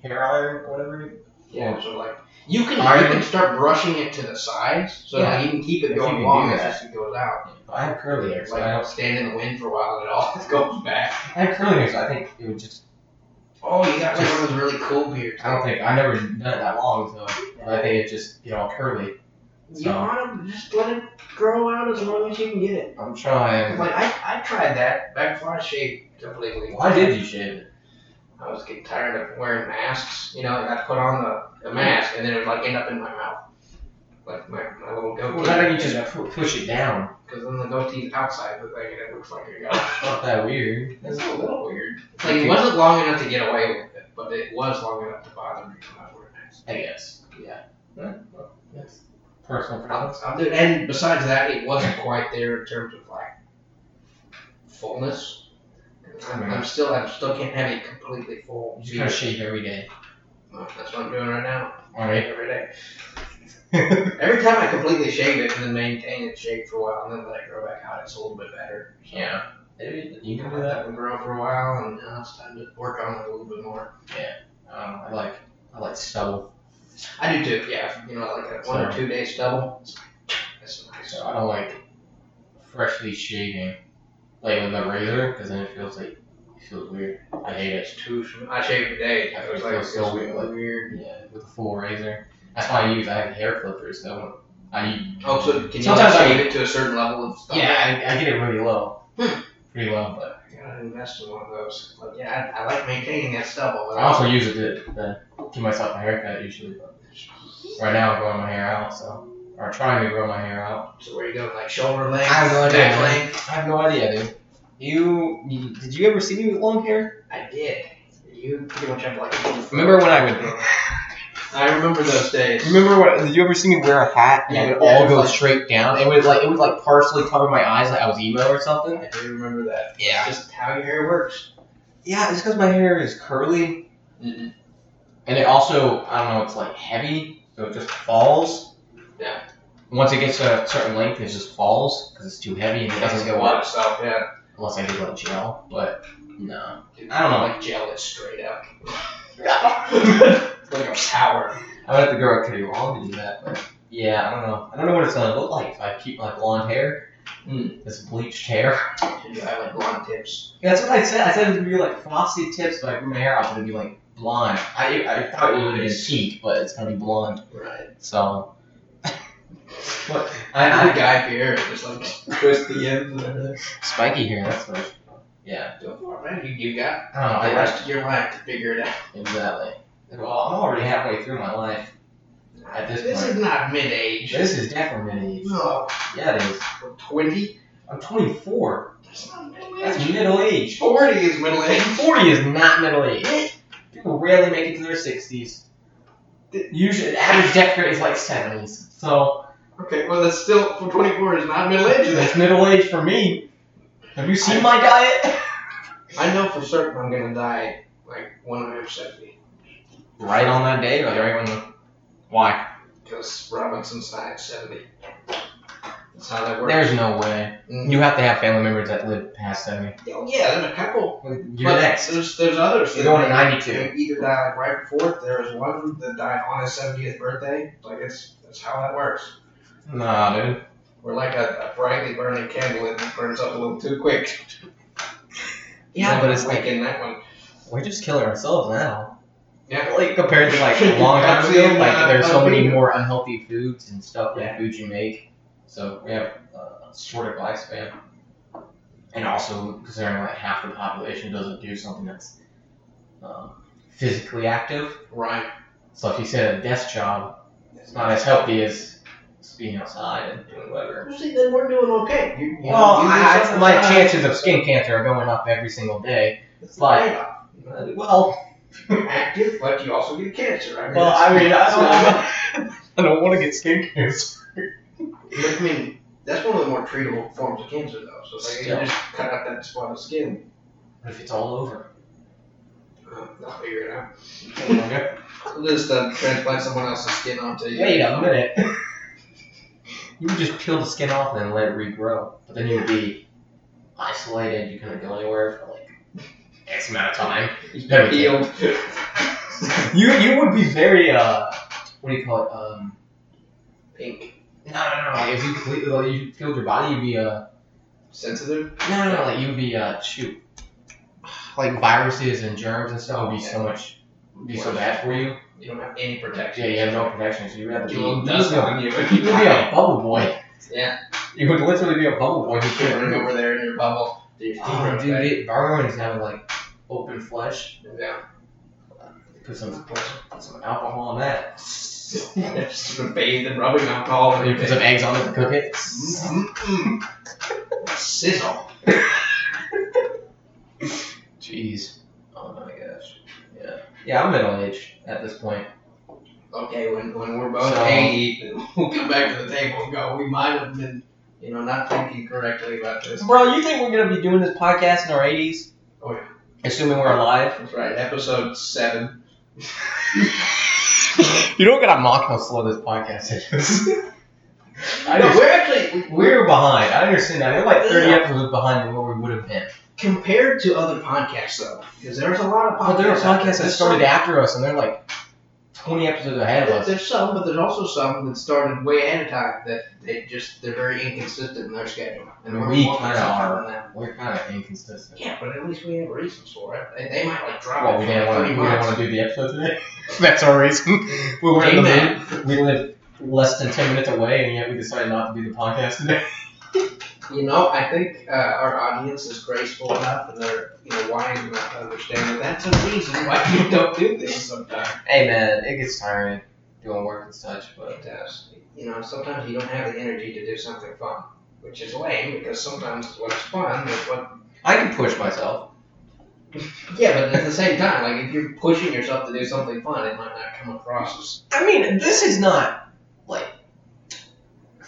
hair iron, or whatever.
Yeah. So like you can you
Iron.
can start brushing it to the sides, so
Yeah.
like, you can keep
If
it
you
going
can
long
do
as
that.
it goes out.
I have curly hair, so
like
I don't.
stand in the wind for a while, and it all goes back.
I have curly hair, so I think it would just.
Oh, you got like one of those really cool beards.
I don't think I never done it that long, so I think it just get all curly.
You want to just let it grow out as long as you can get it.
I'm trying.
Like I, I tried that back before I shaved completely.
Why did you shave it?
I was getting tired of wearing masks. You know, like I'd put on the, the mask and then it would like end up in my mouth. Like my, my little goatee.
Why don't you just pu- push it down?
Because then the goatee's outside, but like it looks like a goatee.
It's not that weird.
It's a little weird. It's Like it wasn't long enough to get away with it, but it was long enough to bother me when I was wearing masks.
I guess.
Yeah.
Huh? Well, That's personal
I'll,
problems.
I'll do it. And besides that, it wasn't quite there in terms of like fullness. I'm, I'm still, I still can't have it completely full.
You just gotta shave every day.
That's what I'm doing right now.
All right.
Every day. Every time I completely shave it and then maintain it shaved for a while and then let it grow back out, it's a little bit better. So,
yeah. Maybe You
You
can
know,
do
let
that.
it grow for a while and now it's time to work on it a little bit more.
Um, I like I like stubble,
I do too, yeah. You know, like a one or
So-
two day stubble. That's nice.
so I don't like freshly shaving, like with a razor, because then it feels like it feels weird. I hate it.
It's too sm- I shaved today.
I
It was
feel
like it
so
was
weird, like-
weird.
Yeah, with a full razor. That's why I use. I have hair clippers. So I need.
Oh, so can you
Sometimes I-
like, shave it to a certain level of stuff?
yeah, I, I get it really low,
Hmm.
pretty low, but
I gotta invest in one of those. But yeah, I, I like maintaining that stubble. but
I also use it to, to give myself a haircut usually. But right now I'm growing my hair out, so or trying to grow my hair out.
So where you go, like shoulder length,
I have no idea,
back
man.
length.
I have no idea, dude.
You, you did you ever see me with long hair?
I did. You pretty much have like. a-
Remember when I would
I remember those days.
Remember what? Did you ever see me wear a hat
and it would
Yeah,
all
it
go
was like-
straight down. It would like it would like partially cover my eyes, like I was emo or something.
I do remember that.
Yeah.
It's just how your hair works.
Yeah, it's because my hair is curly.
Mm-hmm.
Mm-mm.
And it also, I don't know, it's like heavy, so it just falls.
Yeah.
Once it gets to a certain length, it just falls because it's too heavy and it doesn't go up
So yeah.
unless I do like gel. But no,
Dude,
I don't know.
Like gel it straight up.
I
Like a power.
would have to grow it pretty long to do that. But yeah, I don't know. I don't know what it's gonna look like if I keep my blonde hair.
Hmm.
This bleached hair.
You have like blonde tips.
Yeah, that's what I said. I said it would be like
Frosty tips, but I grew my hair out, it would be like blonde. I, I thought it would have been pink, but it's gonna be blonde.
Right.
So, what?
I
I,
had a guy here just like twist the ends and everything.
I spiky here. That's what. Yeah.
Go for it, man. You, you got
I don't know.
Oh, the
I,
rest of your life to figure it out.
exactly. Well, I'm already halfway through my life. At this point.
is not mid age.
This is definitely mid age.
No.
Yeah, it is.
Twenty.
I'm 24.
That's not middle
That's
age.
middle age.
Forty is middle age.
40 is not middle age. People rarely make it to their 60s. Usually, the average death rate is like 70s. So
Okay, well that's still for twenty four is not middle age. then.
that's middle age for me. Have you seen my diet?
I know for certain I'm gonna die like when I'm 70
Right on that day, like right when. Why?
because Robinson's died 70. That's how that works.
There's no way.
Mm.
You have to have family members that live past 70.
Oh, yeah, there's a couple.
You're
but
next.
There's, there's others.
You're going to
that
92.
Either die like right before it. There was one that died on his 70th birthday. Like it's that's how that works.
Nah, dude.
We're like a, a brightly burning candle that burns up a little too quick.
Yeah, but it's
like
like-
in that one.
We're just killing ourselves now.
Yeah.
Like, compared to, like, a long time ago,
Absolutely
like,
not.
there's so many
Unbelievable.
more unhealthy foods and stuff,
Yeah.
like food you make. So, we have uh, shorter lifespan. And also, considering, like, half the population doesn't do something that's um, physically active.
Right.
So, if you sit at a desk job, it's not as healthy as just being outside and doing whatever.
See, then we're doing okay. You, you
Well,
you do
I, I-
something
my
outside.
chances of skin cancer are going up every single day.
It's
like-
like
Well,
active, but you also get cancer. I mean,
well, I mean, I
that's-
don't, I don't want to get skin cancer.
I mean, That's one of the more treatable forms of cancer, though. So it's like
Still.
you just cut out that spot of skin.
What if it's all over?
Uh, I'll figure it out.
Wait
We'll just uh, transplant someone else's skin onto you.
a minute.
You would just peel the skin off and then let it regrow. But then you would be isolated. You couldn't go anywhere for like X amount of time.
He's
Never
been healed.
You you would be very uh, what do you call it? Um,
Pink.
No, no, no. Like, if you completely like, you peeled your body, you'd be uh
Sensitive.
no, no, no. Like you'd be uh shoot. Like viruses and germs and stuff would be so much be so bad for you.
You don't have any protection.
Yeah, you have no protection, so you would have to
You
be.
will dust on you if
You
you
would be a bubble boy.
Yeah.
You would literally be a bubble boy. You
You're
can't
running
remove.
over there in your bubble. Your feet
Oh,
are
dude,
back.
it, Barwin's now like open flesh.
Yeah.
Put some put some alcohol on that.
Just gonna bathe in rubbing alcohol
Oh,
Put
and
some eggs on it to cook it. Mm-hmm.
Mm-mm. Sizzle.
Jeez. Oh my gosh. Yeah. Yeah, I'm middle aged at this point.
Okay, when, when we're both
So-
hangy, we'll come back to the table and go, we might have been, you know, not thinking correctly about this.
bro, you think we're gonna be doing this podcast in our 80s?
Oh, yeah.
Assuming we're alive.
That's right, episode seven.
You don't gotta mock how slow this podcast is. I
No,
know
we're actually,
we're behind. I understand that. We're like 30
Yeah.
episodes behind than what we would have been.
compared to other podcasts, though, because there's a lot
Oh,
of podcasts.
But there are podcasts that
There's
started
some-
after us, and they're like 20 episodes ahead of us.
There's some, but there's also some that started way ahead of time that they just, they're very inconsistent in their schedule.
And
we're
we
more
kinda
consistent
are.
than that.
We're kind of inconsistent.
Yeah, but at least we have reasons for it. They, they might, like, drop
Well,
it
we
for
didn't
like
want to.
30
We didn't
months.
want to do the episode today. That's our reason. We were in the
Amen.
mood. We lived less than 10 minutes away, and yet we decided not to do the podcast today.
You know, I think uh, our audience is graceful enough and they're you know wise enough to understand that that's a reason why you don't do things sometimes.
Hey man, it gets tiring doing work and such, but
But uh, you know, sometimes you don't have the energy to do something fun, which is lame because sometimes what's fun is what.
I can push myself.
Yeah, but at the same time, like if you're pushing yourself to do something fun, it might not come across as.
I mean, this is not.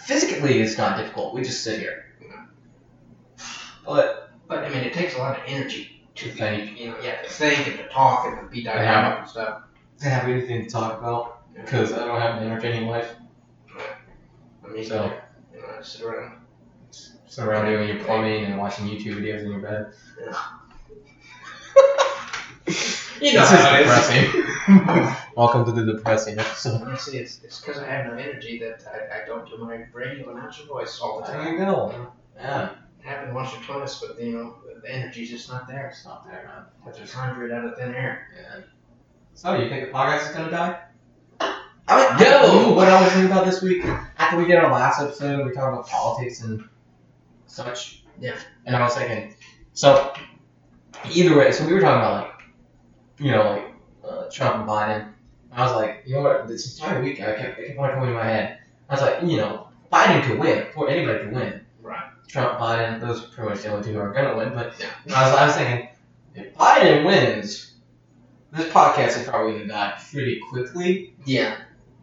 Physically, it's not difficult. We just sit here.
But
But I mean, it takes a lot of energy to
To think.
You know, yeah, to think and to talk and to be dynamic and stuff.
To have anything to talk about because I don't have an entertaining life.
I mean,
So-
you know, I sit around.
Sit around doing your plumbing and watching YouTube videos in your bed.
You
this
how it is.
is depressing. Welcome to the depressing episode.
Honestly, it's it's because I have no energy that I, I don't do my radio announcer voice all the time.
you go. Yeah,
It happened once or twice, but you know the energy's just not there.
it's not there, man.
I just hundred out of thin air.
Yeah. So you think the podcast is gonna die?
I mean,
Ooh, what I was thinking about this week after we did our last episode, we were talking about politics and such.
Yeah.
And I was thinking, so either way, so we were talking about like, you know, like uh, Trump and Biden. I was like, you know what? This entire week, I kept, it kept on coming to my head. I was like, you know, Biden could win. Or anybody could win.
Right.
Trump, Biden, those are pretty much the only two who are gonna win. But
Yeah.
I was, I was thinking, if Biden wins, this podcast is probably gonna die pretty quickly.
Yeah,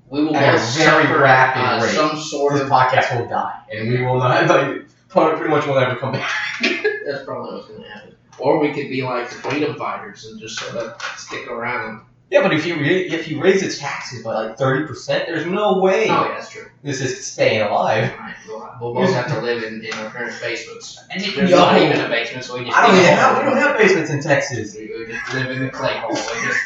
we will
At a
both
very
suffer,
rapid
uh,
rate.
some sort
this
of.
podcast will die, and we will not like probably pretty much will never come back.
That's probably what's gonna happen. Or we could be like the freedom fighters and just sort of stick around.
Yeah, but if you re- if you raise the taxes by like thirty percent, there's no way
Oh yeah, that's true.
this is staying alive.
Right. We'll, we'll both have to live in, in our current basements.
And
There's not even a basement, so we just.
I don't
live
even
in a
have
hole.
we don't have basements in Texas.
We, we just live in the clay hole. We just.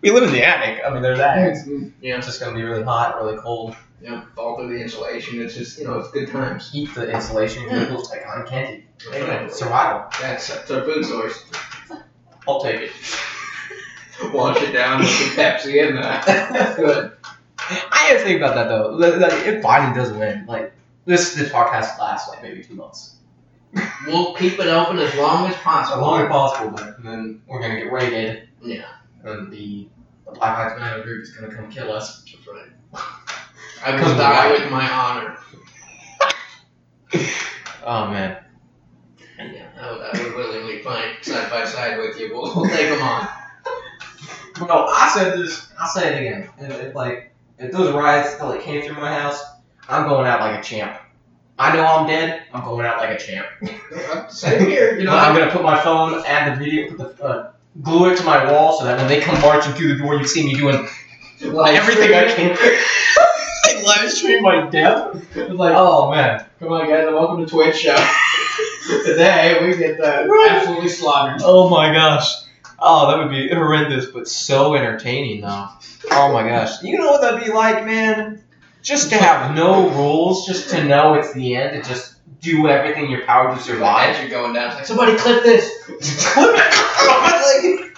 We live in the attic. I mean, there's attics.
Yeah.
It's just gonna be really hot, really cold.
you know, fall through the insulation. It's just, you know, it's good times.
Heat the insulation.
Mm.
It looks like on candy.
That's,
Survival.
that's our food source.
I'll take it.
Wash it down with some Pepsi and uh, that.
I
Good.
had to think about that though. Like, like, if Biden does win, like this this podcast lasts like maybe two months.
We'll keep it open as long as
as
possible.
long as possible, but then we're gonna get raided.
Yeah.
And the, the Black Lives Matter group is gonna come kill us.
That's right. I will
Come
die
on.
with my honor.
Oh man.
Yeah, I would, I would willingly fight side by side with you. We'll, we'll take them on.
Well, I said this.
I'll say it again.
If, if like if those riots still like came through my house, I'm going out like a champ. I know I'm dead. I'm going out like a champ.
Same here, you know.
I'm gonna put my phone at the video, put the uh, glue it to my wall, so that when they come marching through the door, you see me doing
Live
everything I
streaming.
can. I live stream my death.
Like,
Oh man,
come on, guys, and welcome to Twitch show. Today we get uh, absolutely slaughtered.
oh my gosh. Oh, that would be horrendous, but so entertaining though. Oh my gosh, you know what that'd be like, man? Just to have no rules, just to know it's the end, and just do everything in your power to survive.
Lives are going down. It's like somebody clip this.
Like,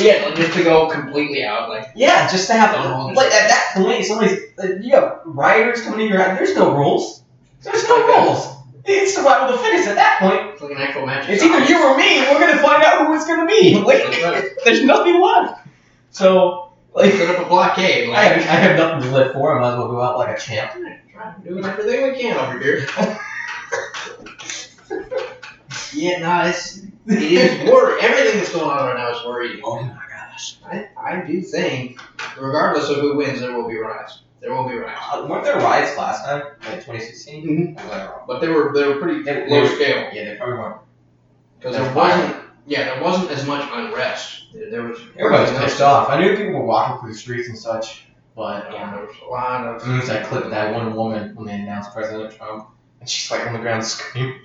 Yeah, just to go completely out. Like
yeah, just to have like at that point, somebody's like, you have rioters coming in your house. There's no rules. There's no rules. It's survival of the fittest at that point.
it's like an actual match.
It's either you or me. We're gonna find out who it's gonna be.
right.
Like, there's nothing left. So like,
set up a blockade.
I
Like,
have, I have nothing to live for. I might as well go out like a champ.
Trying to do everything we can over here. yeah, no, it's it is worry. Everything that's going on right now is worrying.
Oh my gosh.
I, I do think, regardless of who wins, there will be riots. There will be riots.
Uh, weren't there riots last time? Like 2016?
Mhm.
Or was I wrong?
But they were they were pretty
Mm-hmm. They-
low
they-
scale
Yeah, they probably weren't.
because there
They're
wasn't yeah there wasn't as much unrest. There, there was
Everybody was pissed off. I knew people were walking through the streets and such, but um,
Yeah, there was a lot
As
of.
soon as I clipped that one woman when they announced President Trump, and she's like on the ground screaming.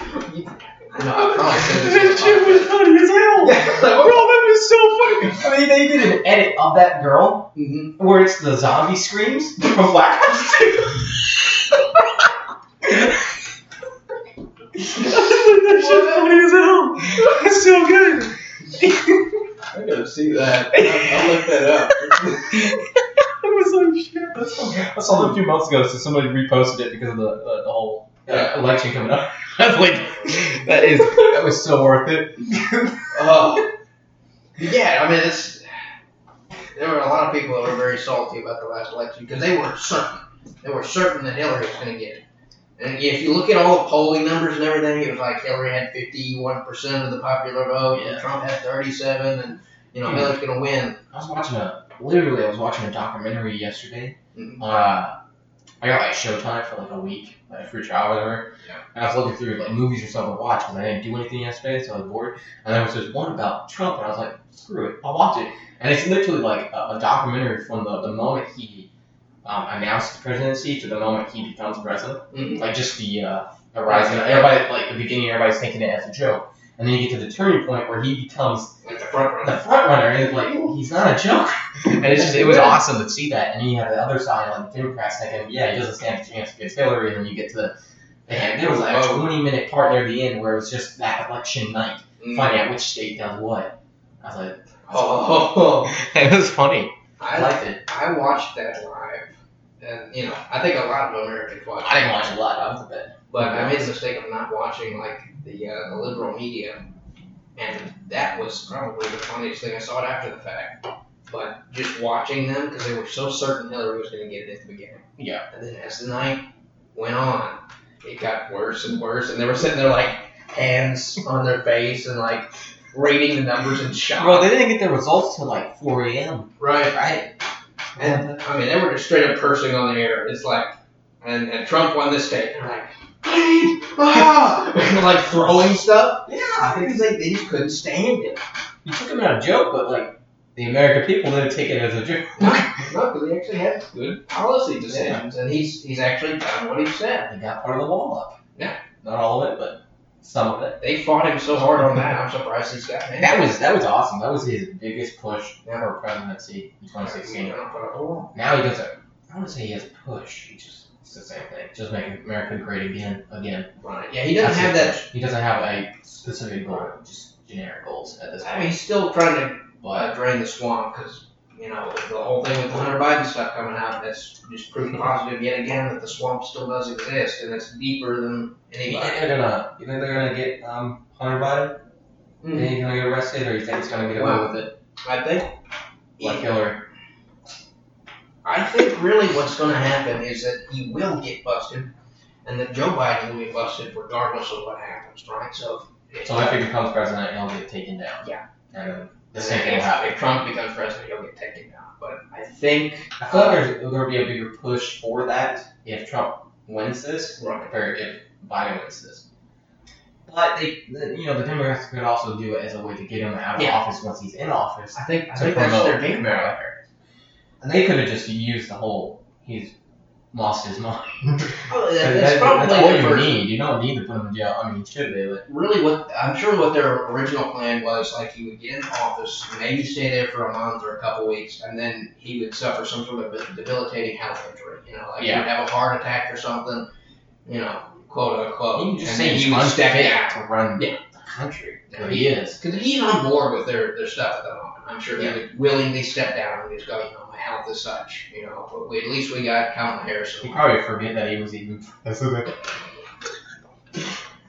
I know, I probably said this. on the podcast.
funny as hell.
Yeah,
Bro, that was so funny. I mean, they did an edit of that girl
Mhm.
where it's the zombie screams from Black Ops 2. that shit's funny as hell. It's so good.
I gotta see that. I'll, I'll look that up.
I was like, shit, that's so good. I saw it a few months ago, so somebody reposted it because of the, uh, the whole uh, election coming up. I was like, that is that was so worth it.
Oh. yeah, I mean, it's, there were a lot of people that were very salty about the last election because they were certain. They were certain that Hillary was going to get it. And if you look at all the polling numbers and everything, it was like Hillary had 51% of the popular vote, and
Yeah.
Trump had 37 and, you know, Hillary's going to win.
I was watching a literally I was watching a documentary yesterday.
Mhm.
Uh, I got like Showtime for like a week, like a free trial or whatever.
Yeah.
And I was looking through like movies or something to watch because I didn't do anything yesterday, so I was bored. And there was this one about Trump, and I was like, screw it, I'll watch it. And it's literally like a, a documentary from the, the moment he um, announced the presidency to the moment he becomes president
Mhm.
like just the uh, the rise and everybody like the beginning everybody's taking it as a joke and then you get to the turning point where he becomes
Like the front runner.
the front runner and it's like he's not a joke and it's just it was awesome to see that and then you have the other side like the Democrats thinking yeah he doesn't stand a chance against Hillary and then you get to the they had, there was like a
Oh.
20 minute part near the end where it was just that election night
Mhm.
finding out which state does what I was like
Oh, oh, oh.
it was funny I
I,
liked it
I watched that live. And, you know, I think a lot of Americans watched
I didn't watch a lot I was a bit
But I made the mistake of not watching like the uh, the liberal media, and that was probably the funniest thing I saw it after the fact. But just watching them because they were so certain Hillary was going to get it at the beginning.
Yeah.
And then as the night went on, it got worse and worse, and they were sitting there like hands on their face and like rating the numbers in shock.
bro they didn't get their results till like 4 a.m.
right.
right
And I mean, they were just straight up cursing on the air. It's like, and, and Trump won this state. They're like, ah, And, like throwing stuff.
yeah
Because they, they just couldn't stand it.
You took him out a joke, but like the American people didn't take it as a joke.
No, because he actually had good policy decisions, and he's he's actually done what he said.
They got part of the wall up.
Yeah.
Not all of it, but some of it.
They fought him so hard on that. I'm surprised he's got
And
it.
that was that was awesome. That was his biggest push for presidency in 2016. Now he doesn't. I wouldn't say he has push. He just it's the same thing. Just making America great again, again.
Right. Yeah, he doesn't
That's
have
his
that.
push. He doesn't have a specific goal. Just generic goals at this
I
point.
mean, he's still trying to
But
uh, drain the swamp because you know the whole thing with the Hunter Biden stuff coming out. That's just proof positive yet again that the swamp still does exist and it's deeper than
you
anybody.
think they're gonna? You think they're gonna get um Hunter Biden? You think he's gonna get arrested, or you think he's gonna get away with it
Mm-hmm. I think.
like Hillary?
I think really what's going to happen is that he will get busted, and that Joe Biden will be busted regardless of what happens, right? So. If,
So if he becomes president, he'll get taken down.
Yeah.
And then the
and
same thing will
if,
happen.
if Trump becomes president, he'll get taken down. But I think
I feel like there's, there'll be a bigger push for that if Trump wins this,
right.
or if Biden wins this. But they, the, you know, the Democrats could also do it as a way to get him out of
Yeah.
office once he's in office.
I think I
To
think that's
promote.
their game plan.
And they could have just used the whole he's lost his mind.
Oh, that-
That-
that's
that-
probably
all
the
you
first
need. You don't need to put him in jail. I mean, you should be. But
really what I'm sure what their original plan was like he would get in office, maybe stay there for a month or a couple weeks, and then he would suffer some sort of debilitating health injury. You know, like he
Yeah.
would have a heart attack or something. You know, quote unquote.
you can just
and
say
then
he's
he would step
unfit
down.
to run
Yeah.
the country.
Yeah.
But he is.
Because he's on board with their, their stuff at the moment. I'm sure
Yeah.
he would willingly step down and just go, you know, my health is such, you know, but we, at least we got Kamala
He
Harrison.
probably forget that he was even president.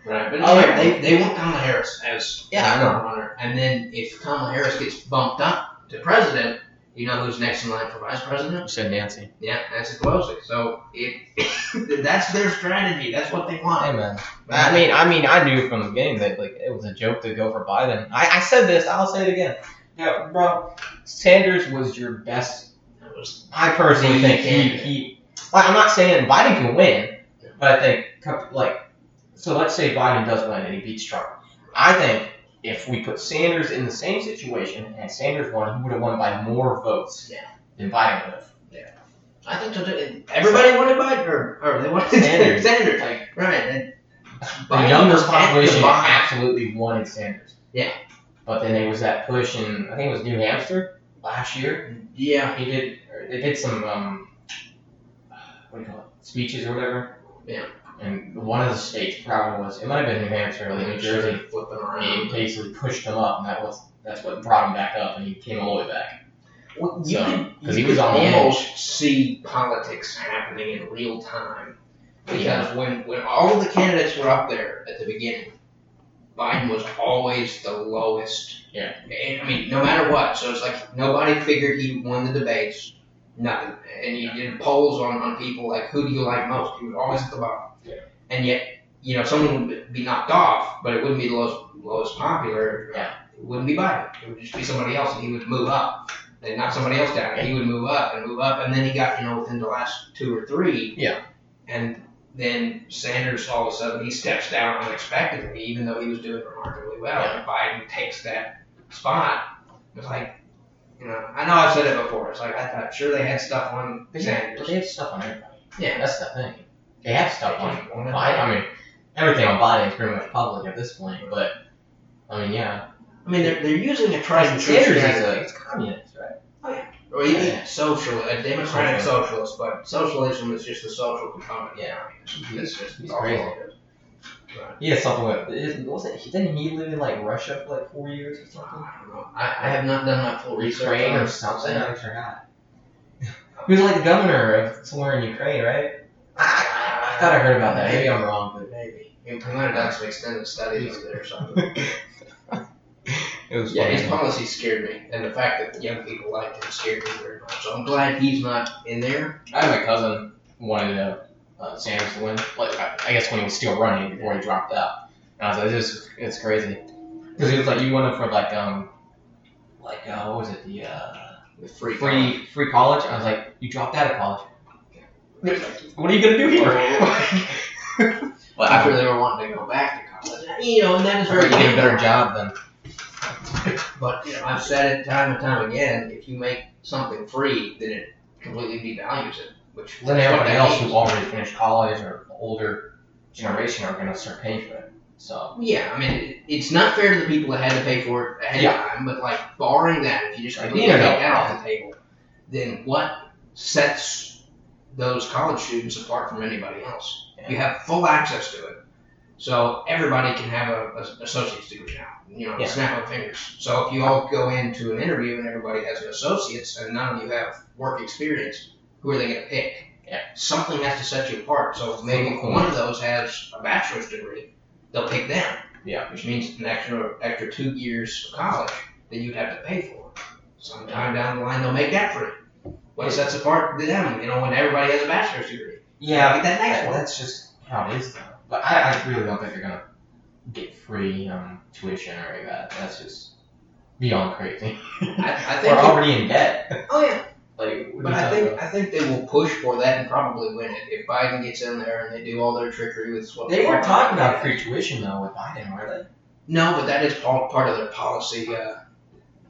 Right. But
Oh,
yeah,
yeah.
they, they want Kamala Harris as
Yeah, I know.
runner. And then if Kamala Harris gets bumped up to president, you know who's next in line for vice president?
You said Nancy.
Yeah, Nancy Pelosi. So it that's their strategy. That's what they want.
Hey man. I mean, I mean, I knew from the beginning that like it was a joke to go for Biden. I, I said this. I'll say it again. Yeah, bro. Sanders was your best.
That was-
I personally think he, he like, I'm not saying Biden can win, but I think co- like so. Let's say Biden does win and he beats Trump. I think if we put Sanders in the same situation and Sanders won, he would have won by more votes
Yeah.
than Biden would have.
I think so, too. everybody wanted Biden, or, or they wanted
Sanders.
Sanders. Sanders.
Like
Right. And
the youngest population
Biden-
absolutely wanted Sanders.
Yeah.
But then there was that push in I think it was New Hampshire last year.
Yeah.
He did or they did some um what do you call it speeches or whatever.
Yeah.
And one of the states probably was it might have been New Hampshire or like New
Sure,
Jersey.
Flipping
He
around.
basically pushed him up, and that was that's what brought him back up, and he came all the way back.
Well,
So,
you could,
'cause
you
he was
could
on the edge.
almost see politics happening in real time because
Yeah.
when when all of the candidates were up there at the beginning, Biden was always the lowest.
Yeah.
And, I mean, no matter what, so it's like nobody figured he won the debates. Nothing, and you did polls on, on people like who do you like most? He was always at the bottom.
Yeah.
And yet, you know, someone would be knocked off, but it wouldn't be the lowest lowest popular.
Yeah.
It wouldn't be Biden. It would just be somebody else, and he would move up they knock somebody else down. and He would move up and move up, and then he got you know within the last two or three.
Yeah.
And then Sanders all of a sudden he steps down unexpectedly, even though he was doing remarkably well.
Yeah.
And Biden takes that spot. It's like, you know, I know I've said it before. It's like I thought sure they had stuff on
But yeah, but
Sanders.
they have stuff on everybody.
Yeah.
That's the thing. They have stuff on
They wanted-
Biden. I mean, everything on Biden is pretty much public at this point. But I mean, yeah.
I mean, they're, they're using a tried and
Sanders
true
is
strategy.
a it's communist, right?
Or even
Yeah.
social, a democratic socialist, but socialism is just the social component.
Yeah.
It's just
He's
all
crazy.
it is.
He has something with is- wasn't he- didn't he live in like Russia for like four years or something?
I don't know. I, I have not done my full research
Ukraine
on
or
it.
something? I forgot. he was like the governor of somewhere in Ukraine, right? I, I thought I heard about that. Maybe I'm wrong, but
Maybe. He might have done some extended studies on it or something.
it was
yeah, his
funny.
policy scared me, and the fact that young people liked him scared me very much. So I'm glad he's not in there.
I had my cousin wanted to, uh, Sanders to win. Like I, I guess when he was still running before he dropped out, and I was like, this is it's crazy because he was like you went up for like um like uh, what was it the uh,
The free.
free free college? I was like you dropped out of college.
college.
What are you gonna do here?
Well,
well,
after
I
they were wanting to go back to college, you know, and that is
prefer
very
you did a better
different.
job than
But you know, I've said it time and time again. If you make something free, then it completely devalues it. Which
than
that's what
everybody
that
else
means.
who's already finished college or older generation are gonna start paying for it. So
Yeah, I mean, it- it's not fair to the people that had to pay for it ahead
Yeah.
of time, but like barring that, if you just
Right,
completely
you know.
take that off the table, then what sets those college students apart from anybody else?
Yeah.
You have full access to it, so everybody can have a, a associate's degree now. You know,
Yeah.
snap of fingers. So if you all go into an interview and everybody has an associate's and none of you have work experience, who are they going to pick?
Yeah.
Something has to set you apart. So maybe
Cool.
one of those has a bachelor's degree, they'll pick them
yeah,
which means an extra extra two years of college that you'd have to pay for. Sometime down the line, they'll make that free. What sets apart them, you know, when everybody has a bachelor's degree?
yeah.
get that next
That-
one.
that's just how it is, though. But I, I really don't think they're gonna get free um, tuition or any of that. That's just beyond crazy.
I, I
We're
think.
already in debt.
oh yeah,
Like, what
But
are you
I
talking
think
about?
I think they will push for that and probably win it if Biden gets in there and they do all their trickery with what
they weren't talking about free tuition though with Biden, were
No, but that is all part of their policy uh,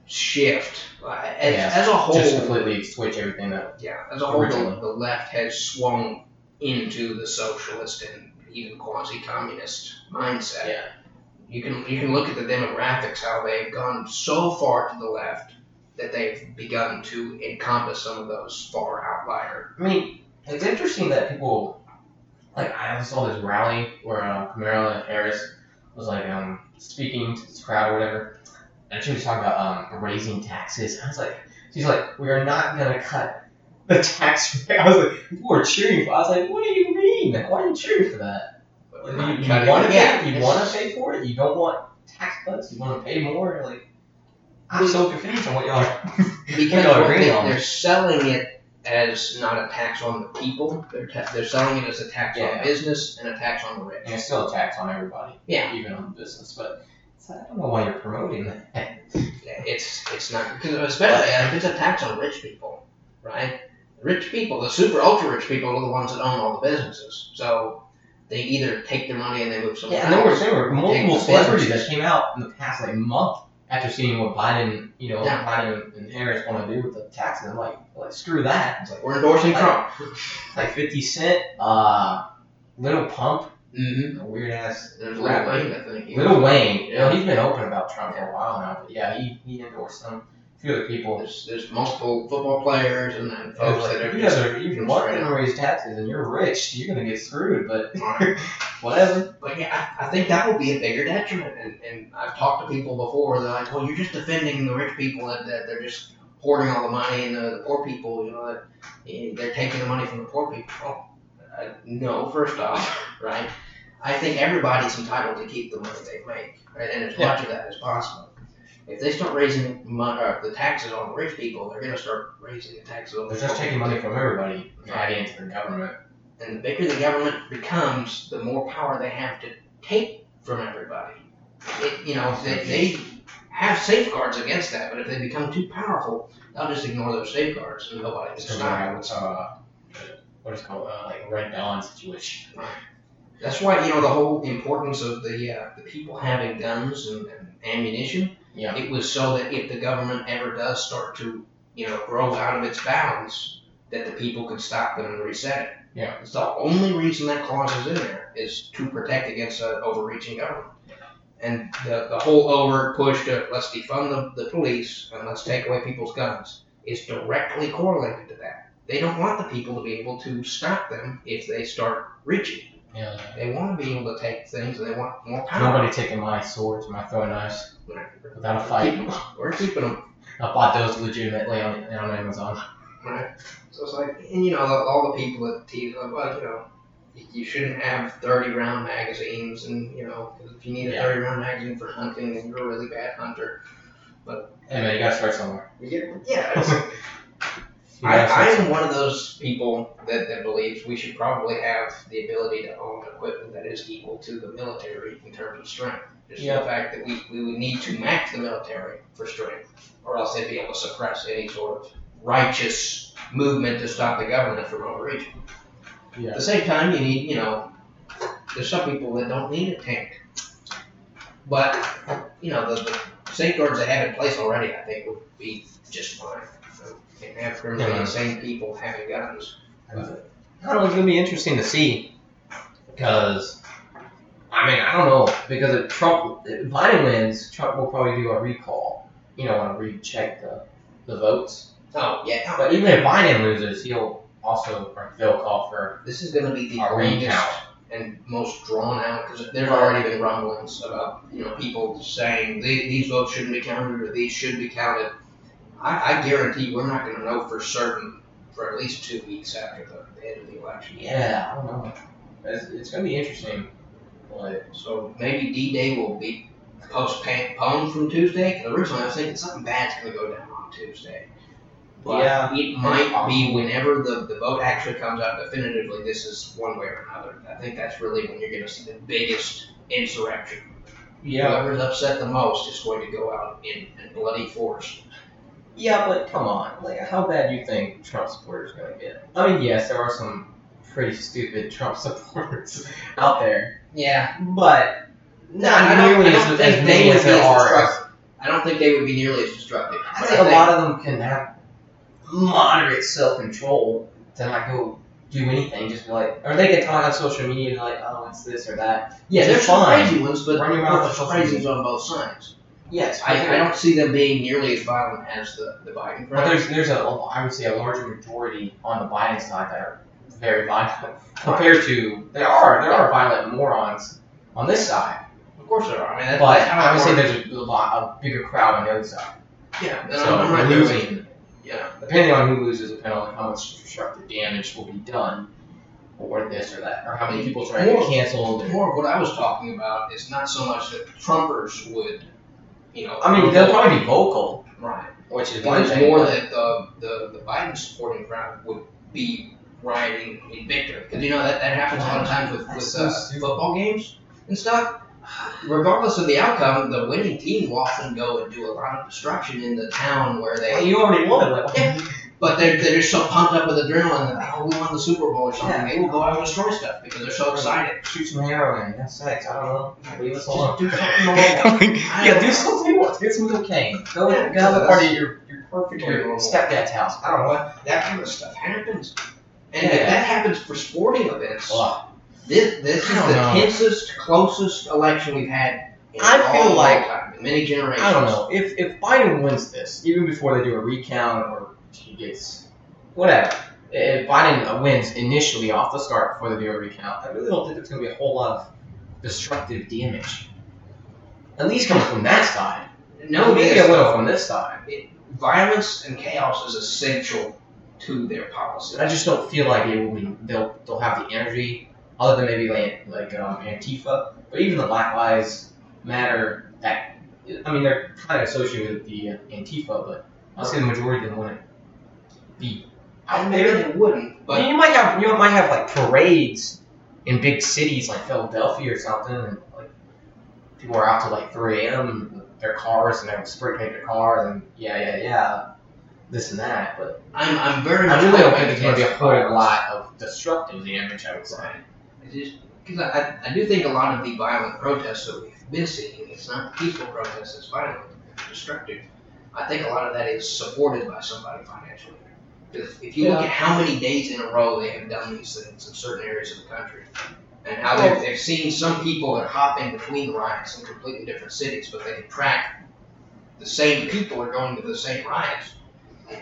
shift. Like, As,
Yeah,
as a
they?
whole,
Just completely switch everything up.
yeah, as a whole, the,
Originally.
the left has swung into the socialist and even quasi-communist mindset.
Yeah.
You can you can look at the demographics how they've gone so far to the left that they've begun to encompass some of those far outlier.
I mean, it's interesting that people like I saw this rally where uh, Kamala Harris was like um, speaking to this crowd or whatever, and she was talking about um, raising taxes. I was like, she's like, we are not gonna cut the tax rate. I was like, people were cheering for. I was like, what do you mean? Like, why are you cheering for that?
But we're
You,
not
you
cutting
want to
it.
pay, you
it's-
want to pay for it. You don't want tax cuts. You want to pay more. Like, I'm so confused on what y'all are.
because
No, I
what
agree
they,
on
are selling it as not a tax on the people. They're ta- they're selling it as a tax
Yeah.
on business and a tax on the rich.
And it's still a tax on everybody,
Yeah.
even on business. But it's like, I don't know why you're promoting that.
Yeah, it's it's not 'cause especially uh, if it's a tax on rich people, right? Rich people, the super ultra rich people, are the ones that own all the businesses. So they either take their money and they move somewhere.
Yeah, and there were
else.
there were
Take
multiple
the
celebrities that
business.
came out in the past like month after seeing what Biden, you know,
Yeah.
Biden and Harris want to do with the taxes. I'm like, like screw that. It's like,
We're endorsing
Like-
Trump.
it's like Fifty Cent, uh, Little Pump,
Mm-hmm.
weird ass
There's
Right.
Lil Wayne, I think. he was-
Little
Yeah.
Wayne. You know, he's been open about Trump for a while now, but yeah, he he endorsed some a few other people.
There's, there's multiple football players and then
I
folks
was
that
like,
are
you
just
guys are you
just
want
straight
to
up.
raise taxes and you're rich, you're gonna get screwed, but
Right.
whatever.
But yeah, I, I think that will be a bigger detriment. And, and I've talked to people before. They're like, "Well, you're just defending the rich people that, that they're just hoarding all the money, and the, the poor people, you know, that eh, they're taking the money from the poor people." Well, uh, no, first off, right? I think everybody's entitled to keep the money they make, right? And as much of that as possible. If they start raising mon- uh, the taxes on the rich people, they're going to start raising the taxes on the
They're just
poor
taking
people.
money from everybody, adding it to the government.
And the bigger the government becomes, the more power they have to take from everybody. It, you know, they, they have safeguards against that, but if they become too powerful, they'll just ignore those safeguards and nobody can
It's a
stop them.
wild, uh, what is it called uh, like Red Dawn situation.
That's why, you know, the whole importance of the, uh, the people having guns and, and ammunition,
Yeah.
it was so that if the government ever does start to, you know, grow out of its bounds, that the people could stop them and reset it.
Yeah.
It's the only reason that clause is in there is to protect against an overreaching government. And the, the whole overt push to let's defund the, the police and let's take away people's guns is directly correlated to that. They don't want the people to be able to stop them if they start reaching.
Yeah.
They want to be able to take things and they want more power.
Nobody taking my swords, my throwing knives without a
Keep
fight.
'em up. We're keeping them
I bought those legitimately on, on Amazon.
right? So it's like, and you know, the- all the people that tease, like, well, you know, you- you shouldn't have 30 round magazines, and you know, 'cause if you need a
Yeah.
30 round magazine for hunting, then you're a really bad hunter.
Hey man, you gotta start somewhere.
You get- Yeah, it's-
You
I,
gotta start
I am
somewhere.
one of those people that, that believes we should probably have the ability to own equipment that is equal to the military in terms of strength. Just
Yeah.
the fact that we, we would need to match the military for strength, or else they'd be able to suppress any sort of righteous movement to stop the government from overreaching.
Yeah.
At the same time, you need, you know, there's some people that don't need a tank. But, you know, the, the safeguards they have in place already, I think, would be just fine. And have pretty much the same people having guns.
I don't know, it's gonna be interesting to see because I mean I don't know because if Trump if Biden wins, Trump will probably do a recall. You know, want to recheck the the votes.
Oh, yeah.
But even if Biden loses, he'll also or they'll call for
This is going to be the
a
longest
recount.
and most drawn out because there's already been rumblings about you know people saying "The- these votes shouldn't be counted or these should be counted. I, I guarantee we're not going to know for certain for at least two weeks after the, the end of the election.
Yeah, I don't know. It's, it's gonna be interesting. But
So maybe D Day will be postponed from Tuesday. 'Cause originally I was thinking something bad's going to go down on Tuesday. But
Yeah,
it might be
possible.
whenever the, the vote actually comes out definitively, this is one way or another. I think that's really when you're going to see the biggest insurrection. Whoever's upset the most is going to go out in, in bloody force.
Yeah, but come on, like how bad do you think Trump supporters are gonna get? I mean, yes, there are some pretty stupid Trump supporters out there,
Yeah.
but
I
not
don't-
nearly
I
as,
don't
as
think
many
they
as
would be
there
as
are.
destructive. I don't think they would be nearly as destructive.
I
But
think a lot of them can have moderate self control to not go do anything. Just be like, or they can talk on social media and be like, oh, it's this or that. Yeah,
there's
it's
some
fine.
crazy ones, but
Run your mouth
there's
on social
crazies on both sides.
Yes,
I, I don't see them being nearly as violent as the, the Biden
But
crowd.
there's there's a I would say a larger majority on the Biden side that are very violent compared to there are there are violent morons on this side,
Of course there are. I mean,
but
that, that's how
I
it
would say
works.
there's a lot a bigger crowd on the other side.
yeah, and
So
I'm not
losing,
doing- Yeah.
depending on who loses, depending on how much destructive damage will be done, or this or that, or how many people try to get
More-
canceled. or-
More of what I was talking about is not so much that Trumpers would, you know.
I mean, they'll probably be vocal,
Right.
which is one
It's
thing.
more
but-
that the, the, the Biden supporting crowd would be rioting in Victor. Because, you know, that, that happens a lot of times with, with uh, football games and stuff. Regardless of the outcome, the winning team will often go and do a lot of destruction in the town where
Well,
they.
you already won. Like,
Yeah. But they're, they're just so pumped up with adrenaline that, oh, we won the Super Bowl or something.
Yeah.
They will go out and destroy stuff because they're so excited.
Shoot some heroin, have sex. I don't know. Leave us alone.
Just do something normal.
Yeah, do something you want. Get some cocaine. Go
Yeah,
go have a
that's-
party at your, your,
perfectly
your
normal.
stepdad's house. I don't know. what.
That kind of stuff happens. And
Yeah.
if that happens for sporting events,
Well,
This, this is
I don't
the
know.
tensest, closest election we've had in
I
a long,
feel
long
like-
time, in many generations.
I don't know. If if Biden wins this, even before they do a recount or he gets whatever, if Biden uh, wins initially off the start before they do a recount, I really don't think there's going to be a whole lot of destructive damage. At least coming from that side.
No,
maybe
because
a little from this side.
violence and chaos is essential to their policy.
I just don't feel like it will be. They'll they'll have the energy, other than maybe like like um, Antifa, but even the Black Lives Matter. That I mean, they're kind of associated with the uh, Antifa, but I'd say the majority of them wouldn't be out
maybe
there.
they wouldn't,
I mean,
but
you might have you might have like parades in big cities like Philadelphia or something, and like people are out till like 3 a.m. with their cars and they're spray paint their cars and yeah yeah yeah this and that, but.
I'm, I'm very much.
I really don't
hoping
think there's going to be a
it's-
whole lot of destructive damage, I would say.
Right. It's just because I, I, I do think a lot of the violent protests that we've been seeing, it's not peaceful protests, it's violent, it's destructive. I think a lot of that is supported by somebody financially. If, if you look
Yeah.
at how many days in a row they have done these things in certain areas of the country, and how they've, they've seen some people are hopping between riots in completely different cities, but they can track the same people are going to the same riots.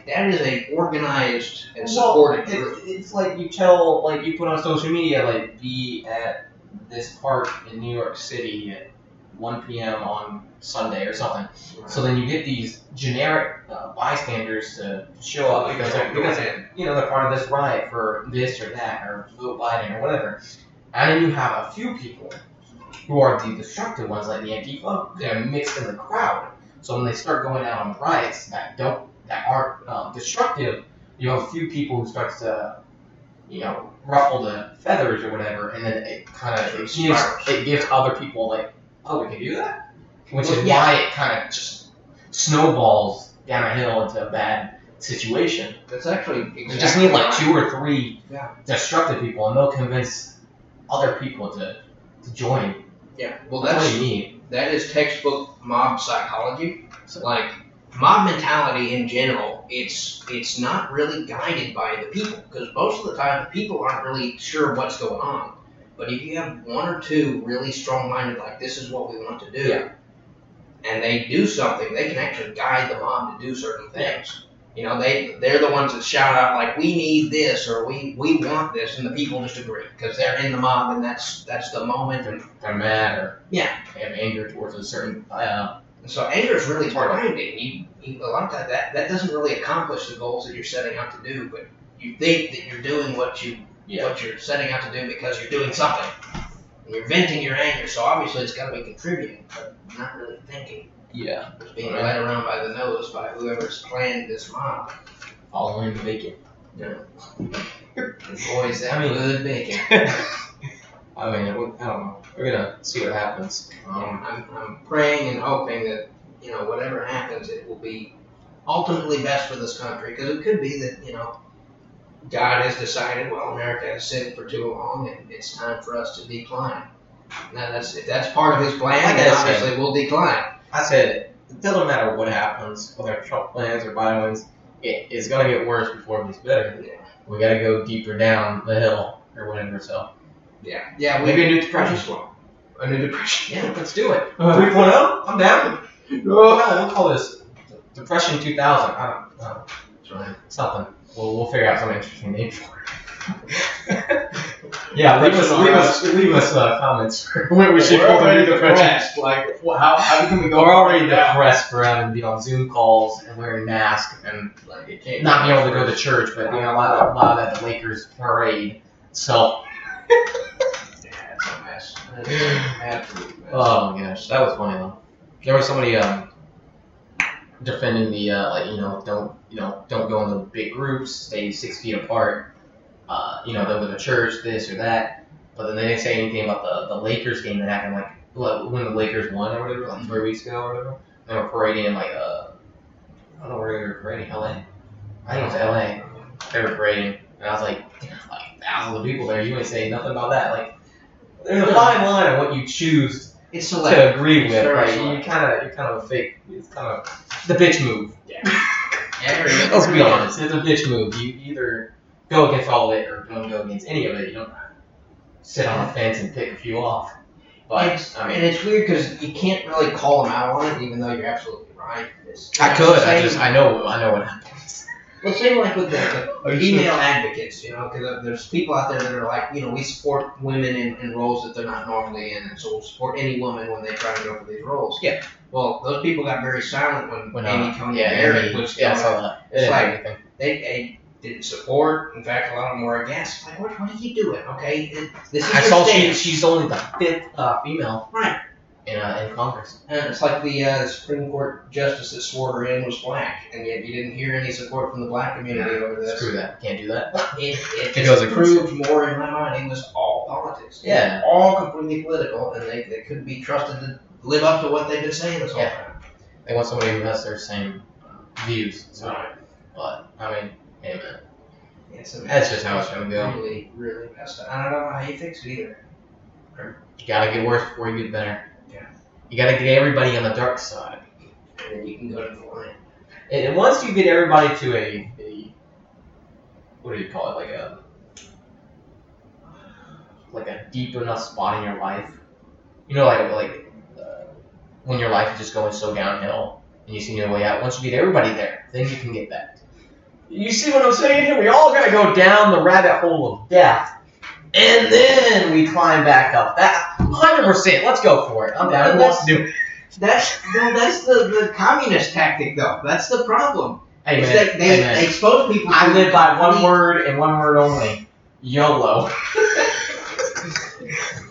That is a organized and supported
it-
group.
it's like you tell, like you put on social media, like be at this park in New York City at 1 p.m. on Sunday or something. So then you get these generic uh, bystanders to show up because they're, because they're, you know they're part of this riot for this or that or vote Biden or whatever. And then you have a few people who are the destructive ones, like the Antifa. They're mixed in the crowd. So when they start going out on riots that don't that aren't um, destructive, you have a few people who starts to, you know, ruffle the feathers or whatever, and then it kind of it gives
Spirals.
it gives other people like, oh, we can do that, which is
Well, yeah.
why it kind of just snowballs down a hill into a bad situation.
That's actually exactly
You just need like
right.
two or three
Yeah.
destructive people, and they'll convince other people to to join.
Yeah, well,
that's
that's
all you need.
that is textbook mob psychology.
So-
Like mob mentality in general, it's it's not really guided by the people because most of the time the people aren't really sure what's going on. But if you have one or two really strong-minded, like this is what we want to do,
Yeah.
and they do something, they can actually guide the mob to do certain things. You know, they they're the ones that shout out like we need this or we we want this, and the people just agree because they're in the mob and that's that's the moment and
They're mad or
Yeah.
they have anger towards a certain uh,
And so anger is really
Part of
blinding. You, you a lot of time that that doesn't really accomplish the goals that you're setting out to do, but you think that you're doing what you
yeah.
what you're setting out to do because you're doing something. And you're venting your anger, so obviously it's got to be contributing, but you're not really thinking.
Yeah,
It's being
Right.
led around by the nose by whoever's planned this mob.
following the bacon.
And boys, that
I mean-
good bacon.
I mean, I don't know. We're gonna see what happens. Um,
I'm, I'm praying and hoping that you know whatever happens, it will be ultimately best for this country because it could be that you know God has decided well America has sinned for too long and it's time for us to decline. Now that's if that's part of His plan,
Like I
then
said-
obviously we'll decline.
I said it doesn't matter what happens, whether Trump plans or Biden wins, it is gonna get worse before it gets better.
Yeah.
We gotta go deeper down the hill or whatever. So
Yeah, yeah, we
maybe a new depression.
swamp.
A new depression.
Yeah.
Yeah, let's do it. 3.0. I'm down. Oh, no, we'll call this Depression 2000. I don't know.
That's right.
Something. We'll, we'll figure out some interesting name for it. yeah, leave us, leave us, leave us uh, comments for what we should
We're
call the new
already
depression.
depressed. Like, wh- how, how can we go?
We're already
down?
depressed around and be on Zoom calls and wearing masks and
Like it can't
not being able to go to church, but being allowed to allowed at the Lakers parade. So,
Yeah, it's a mess. It's an absolute mess.
oh my gosh, that was funny though. There was somebody um, defending the uh, like you know don't you know don't go in the big groups, stay six feet apart. Uh, you know, they go to church, this or that. But then they didn't say anything about the, the Lakers game that happened like like, when the Lakers won or whatever, like three weeks ago or whatever. They were parading in like uh, I don't know where they were parading, LA. I think it was LA. they were parading, and I was like, there's like thousands of people there. You ain't saying nothing about that. Like, there's a fine line on what you choose
it's
to
selective.
agree with.
Sure,
right?
sure.
You kind of, you're kind of a fake. It's kind of the bitch move.
Every,
Let's be honest. It's a bitch move. You either go against all of it or don't go against any of it. You don't sit on a fence and pick a few off. But
It's-
I
and
mean,
it's weird because you can't really call them out on it, even though you're absolutely right. It's,
I could. I
Same-
just, I know, I know what happens.
Well, same like with the, the female advocates, you know, because there's people out there that are like, you know, we support women in, in roles that they're not normally in, and so we'll support any woman when they try to go for these roles.
Yeah.
Well, those people got very silent when,
When,
Amy
uh,
Coney
Yeah,
Barrett
Amy-
was
yeah, I
going
saw that. It
It's
didn't
like-
do anything.
they, they didn't support. In fact, a lot of them were against. Like, what, what are you doing? Okay, it- this is
I
your
saw she,
stance.
she's only the fifth uh, female
Right.
in, uh, in Congress.
And it's like the uh, Supreme Court justice that swore her in was black, and yet you didn't hear any support from the black community over this.
Screw that. Can't do that.
It, it
It goes
just
against
proved more in my mind it was all politics. It was
Yeah.
all completely political, and they, they couldn't be trusted to live up to what they've been saying this whole
Yeah.
time.
They want somebody who has their same uh, views. So,
Right.
but I mean, hey man,
It's a
that's just how it's gonna go.
really, really messed up. I don't know how you fix it either.
You gotta get worse before you get better.
Yeah.
You gotta get everybody on the dark side.
And then you can go to the line.
And and once you get everybody to a, a what do you call it, like a like a deep enough spot in your life, you know, like like uh, when your life is just going so downhill and you see no way out. Once you get everybody there, then you can get back. You see what I'm saying here? We all gotta go down the rabbit hole of death, and then we climb back up. That 100. percent Let's go for it. I'm down. Who wants to do? it?
That's no, that's the, the communist tactic though. That's the problem.
Hey
Is
man.
that they,
hey, man.
they expose people.
I
to-
live by one word and one word only. YOLO.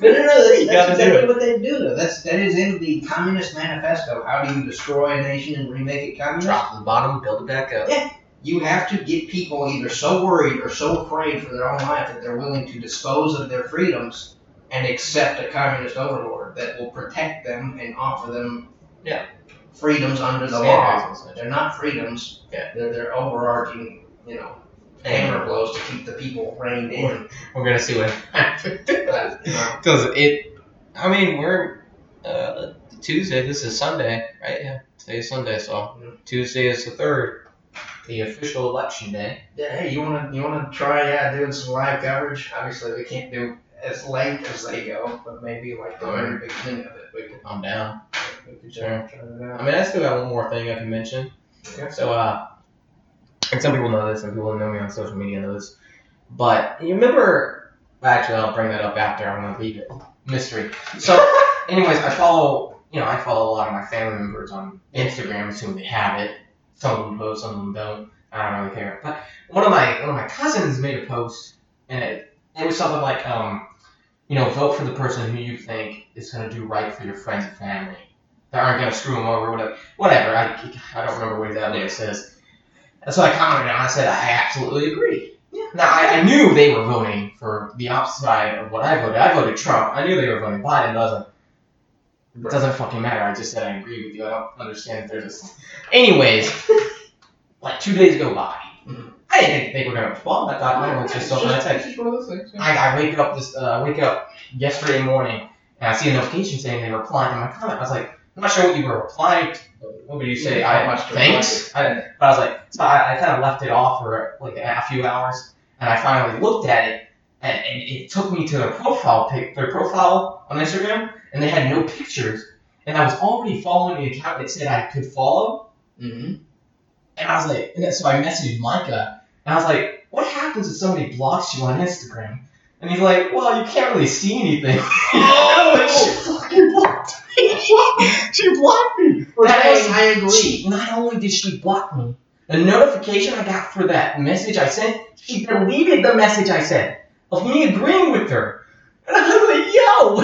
No, no, no. That's,
You
that's
gotta do
exactly what they do though. That's that is in the communist manifesto. How do you destroy a nation and remake it communist?
Drop to the bottom, build it back up.
You have to get people either so worried or so afraid for their own life that they're willing to dispose of their freedoms and accept a communist overlord that will protect them and offer them
Yeah.
freedoms under the law.
Standards and such.
They're not freedoms.
Yeah.
They're they're overarching, you know, hammer
And
blows to keep the people reined in.
we're gonna see what happens.
But, you know,
Because it, I mean, we're uh, Tuesday. This is Sunday, right? Yeah, today is Sunday. So
Mhm.
Tuesday is the third, the official election day.
yeah, hey, you wanna you wanna try yeah doing some live coverage? Obviously, we can't do as late as they go, but maybe like the very beginning of it, we could
I'm down.
we could try, try it
I
out.
mean, I still got one more thing I can mention.
Yeah.
So, uh, and some people know this, and people who know me on social media know this, but you remember? Actually, I'll bring that up after. I'm gonna leave it mystery. So, anyways, I follow. You know, I follow a lot of my family members on Instagram. Assume they have it. Some of them post, some of them don't. I don't really care. But one of my one of my cousins made a post, and it, it was something like, um, you know, vote for the person who you think is gonna do right for your friends and family that aren't gonna screw them over. Whatever whatever. I, I don't remember what that lyric says. And so I commented on. it, I said I absolutely agree. Now I, I knew they were voting for the opposite side of what I voted. I voted Trump. I knew they were voting Biden. but I was like, it doesn't fucking matter. I just said I agree with you. I don't understand if there's a. Anyways, like two days go by.
Mhm.
I didn't think they were gonna respond. I thought, no, it's just something I text.
just one of those things. yeah.
I, I wake up this uh, I wake up yesterday morning and I see a notification saying they replied to my comment. I was like, I'm not sure what you were replying. To. What would you say?
Yeah,
I
not much to
thanks. I, but I was like, so I, I kind of left it off for like a, few hours, and I finally looked at it, and, and it took me to their profile pic, their profile on Instagram, and they had no pictures, and I was already following the account that said I could follow.
Mm-hmm.
And I was like, and so I messaged Micah, and I was like, what happens if somebody blocks you on Instagram? And he's like, well, you can't really see anything.
Oh!
Like, she fucking blocked me. she blocked me.
That is, I agree.
She, not only did she block me, the notification I got for that message I sent, she deleted the message I sent of me agreeing with her. And I was like,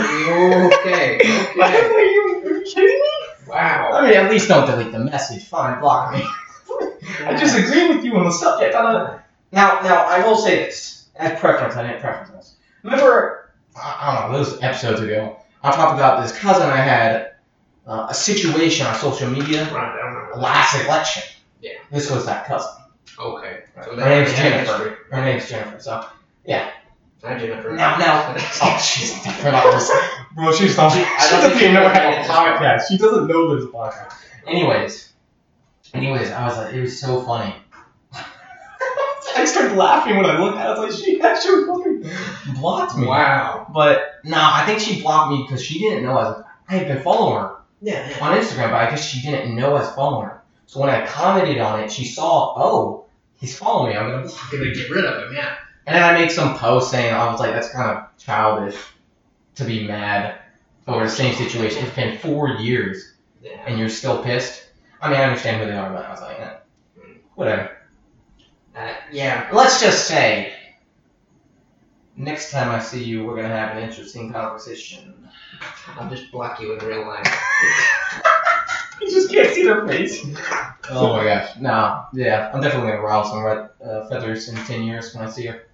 yo!
okay.
I was
Okay.
like, you, are you kidding me?
Wow.
I mean, at least don't delete the message. Fine, block me. I disagree with you on the subject. I don't- Now, now I will say this as preference. I didn't preference this. Remember, I, I don't know those episodes ago. I talked about this cousin I had uh, a situation on social media
Right, I remember that.
last election.
Yeah.
This was that cousin.
Okay. So
Her name's
that's
Jennifer. Her name's Jennifer. So
Hi, Jennifer.
now, now, oh, she's different about this. Bro, she's not. She,
I don't think she knows that.
podcast. She doesn't know there's a podcast. Anyways, anyways, I was like, it was so funny. I started laughing when I looked at it. I was like, she actually fucking blocked me.
Wow.
But no, I think she blocked me because she didn't know I was. I had been following her
Yeah. yeah.
on Instagram, but I guess she didn't know I was following her. So when I commented on it, she saw, oh, he's following me. I'm gonna
I'm gonna get rid of him. Yeah.
and then I make some post saying I was like, that's kind of childish to be mad over the same situation. It's been four years
Yeah.
and you're still pissed. I mean, I understand who they are, but I was like, eh, whatever.
Uh, yeah.
Let's just say next time I see you, we're gonna have an interesting conversation.
I'll just block you in real life.
You just can't see their face. Oh my gosh. No, yeah, I'm definitely gonna rile some red uh, feathers in ten years when I see her.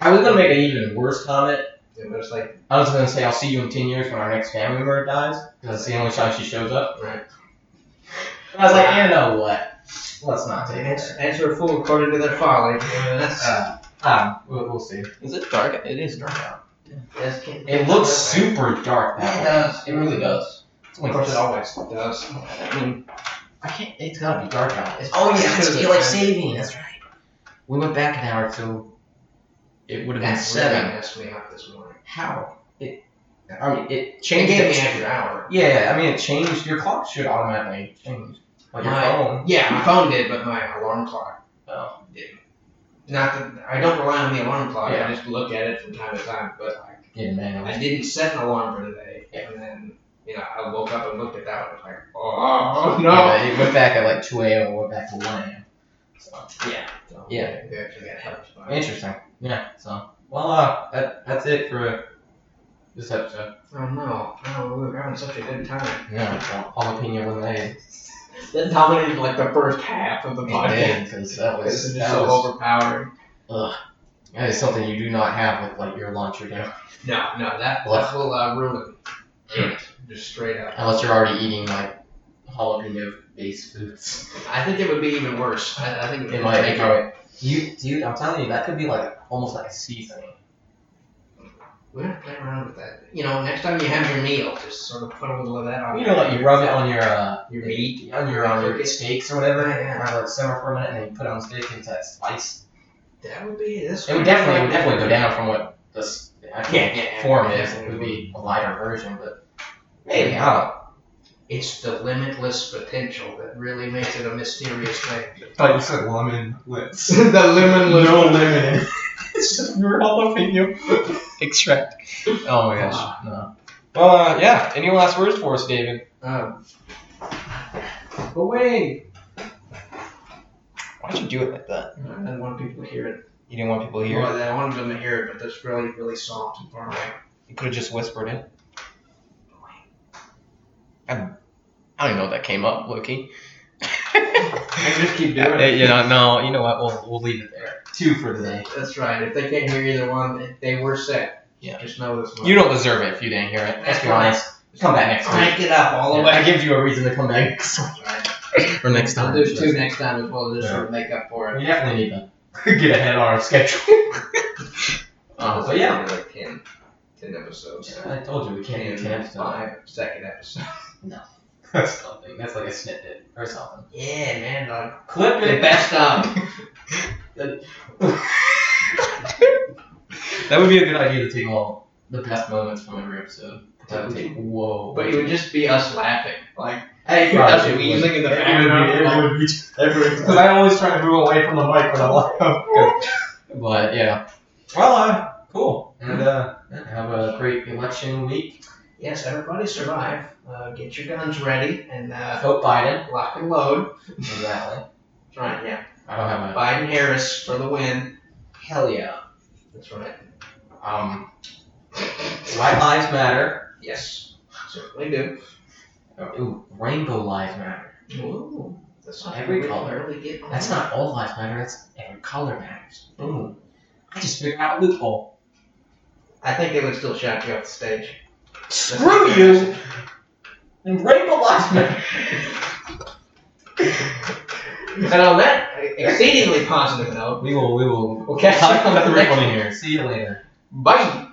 I was gonna make an even worse comment.
It was like,
I was gonna say I'll see you in ten years when our next family member dies, because that's the only time she shows up.
Right.
And I was like, you know what? Let's not take
answer,
it.
answer a fool according to their folly. Yeah, that's,
Uh, um, we'll, we'll see.
Is it dark? It is dark out.
that's,
It looks super dark.
Yeah,
That
it
way.
does. It really does.
It's
Of
like-
course, it always does. I mean,
I can't. It's gotta be dark out.
It's-
oh yeah,
it's
it's
gonna be
daylight
dark.
saving. That's right. We went back an hour, so it would have been
that
seven.
really messed me up this morning.
How? It. I mean, it
It
changed.
gave me
the-
an extra hour.
yeah, yeah, I mean, it changed. Your clock should automatically change, like your
My-
phone.
Yeah, my phone did, but my alarm clock uh,
Oh.
didn't. Not that I don't rely on the alarm clock.
Yeah.
I just look at it from time to time. But like,
Yeah, man.
I didn't set an alarm for today, and then you know I woke up and looked at that and was like, oh, no.
Yeah, it went back at like 2 a.m. and went back to 1 a.m. So,
Yeah. So,
Yeah.
We actually got helped by it.
interesting. Yeah. So, well, uh, that, that's it for this episode.
Oh no! Oh, we were having such a good time.
Yeah. So, jalapeno lemonade.
That dominated like the first half of the
It
podcast.
did, 'cause that
This
was
is
that
so
was
overpowering.
that is something you do not have with like your lunch or dinner
No, no, that
What? Hmm.
that will uh, ruin it just straight up.
unless you're already eating like jalapeno based foods.
I think it would be even worse. I, I think
It might make it. You, dude, I'm telling you, that could be like almost like a seasoning.
We don't play around with that. You know, next time you have your meal, just sort of put a little of that on
You know, like you rub it on your uh,
your meat.
on your on your
Okay.
steaks or whatever,
Yeah.
and have it simmer for a minute, and then you put it on the steak and it's that spice.
That would be this.
It would definitely, it would definitely go down from what this I
Yeah,
think
yeah.
form is. It would be a lighter version, but maybe I don't. know.
It's the limitless potential that really makes it a mysterious thing.
Thought Oh, you said lemon lips.
the limitless.
lemon. it's just pure jalapeno extract. Oh my gosh, no. Well, uh, yeah. Any last words for us, David?
Um, away.
Why'd you do it like that?
I didn't want people to hear it.
You didn't want people to hear. it.
Well, I wanted them to hear it, but that's really, really soft and far away.
You could have just whispered it. I'm, I don't even know if that came up, Loki.
I just keep doing
Yeah,
it.
you know, no, you know what? We'll, we'll leave it there. Two for today.
That's right. If they can't hear either one, they were set.
Yeah.
Just know this one.
You don't deserve it if you didn't hear it. Let's be honest. Come back next week.
crank it up all the way.
I give you a reason to come back next week.
Right.
for next time.
There's two next time as well, just
Yeah.
sort of make up for it.
We definitely need to get ahead on our schedule. uh, but yeah,
Like 10, 10 episodes.
I told you we can't even attempt to.
Five second episode.
That's something. That's like a snippet or something.
Yeah, man. Like,
Clip
the
it.
best of.
That would be a good idea to take all the best moments from every episode. That would take whoa.
But it would just be us laughing. Like, hey,
Right,
that's
it
what
would.
we using in the
It
background.
would be-
Everyone-
Because I always try to move away from the mic when I laugh. but yeah. Well, uh, cool. And uh, have a great election week.
Yes, everybody survive. Uh, get your guns ready and uh,
Vote Biden.
lock and load.
Exactly.
That's right, yeah.
I don't have a
Biden Harris for the win.
hell yeah.
That's right.
Um, white lives matter.
Yes, certainly do.
Ooh, rainbow lives matter.
Ooh, that's not
Every
we
color.
Really get
That's not all lives matter. That's every color matters. Boom. I just figured out a loophole.
I think they would still shout you off the stage. That's
Screw
not
you.
fair.
And rainbow lives matter.
And on that exceedingly positive note,
We will. We will.
we'll catch you on the next
here. See you later.
Bye.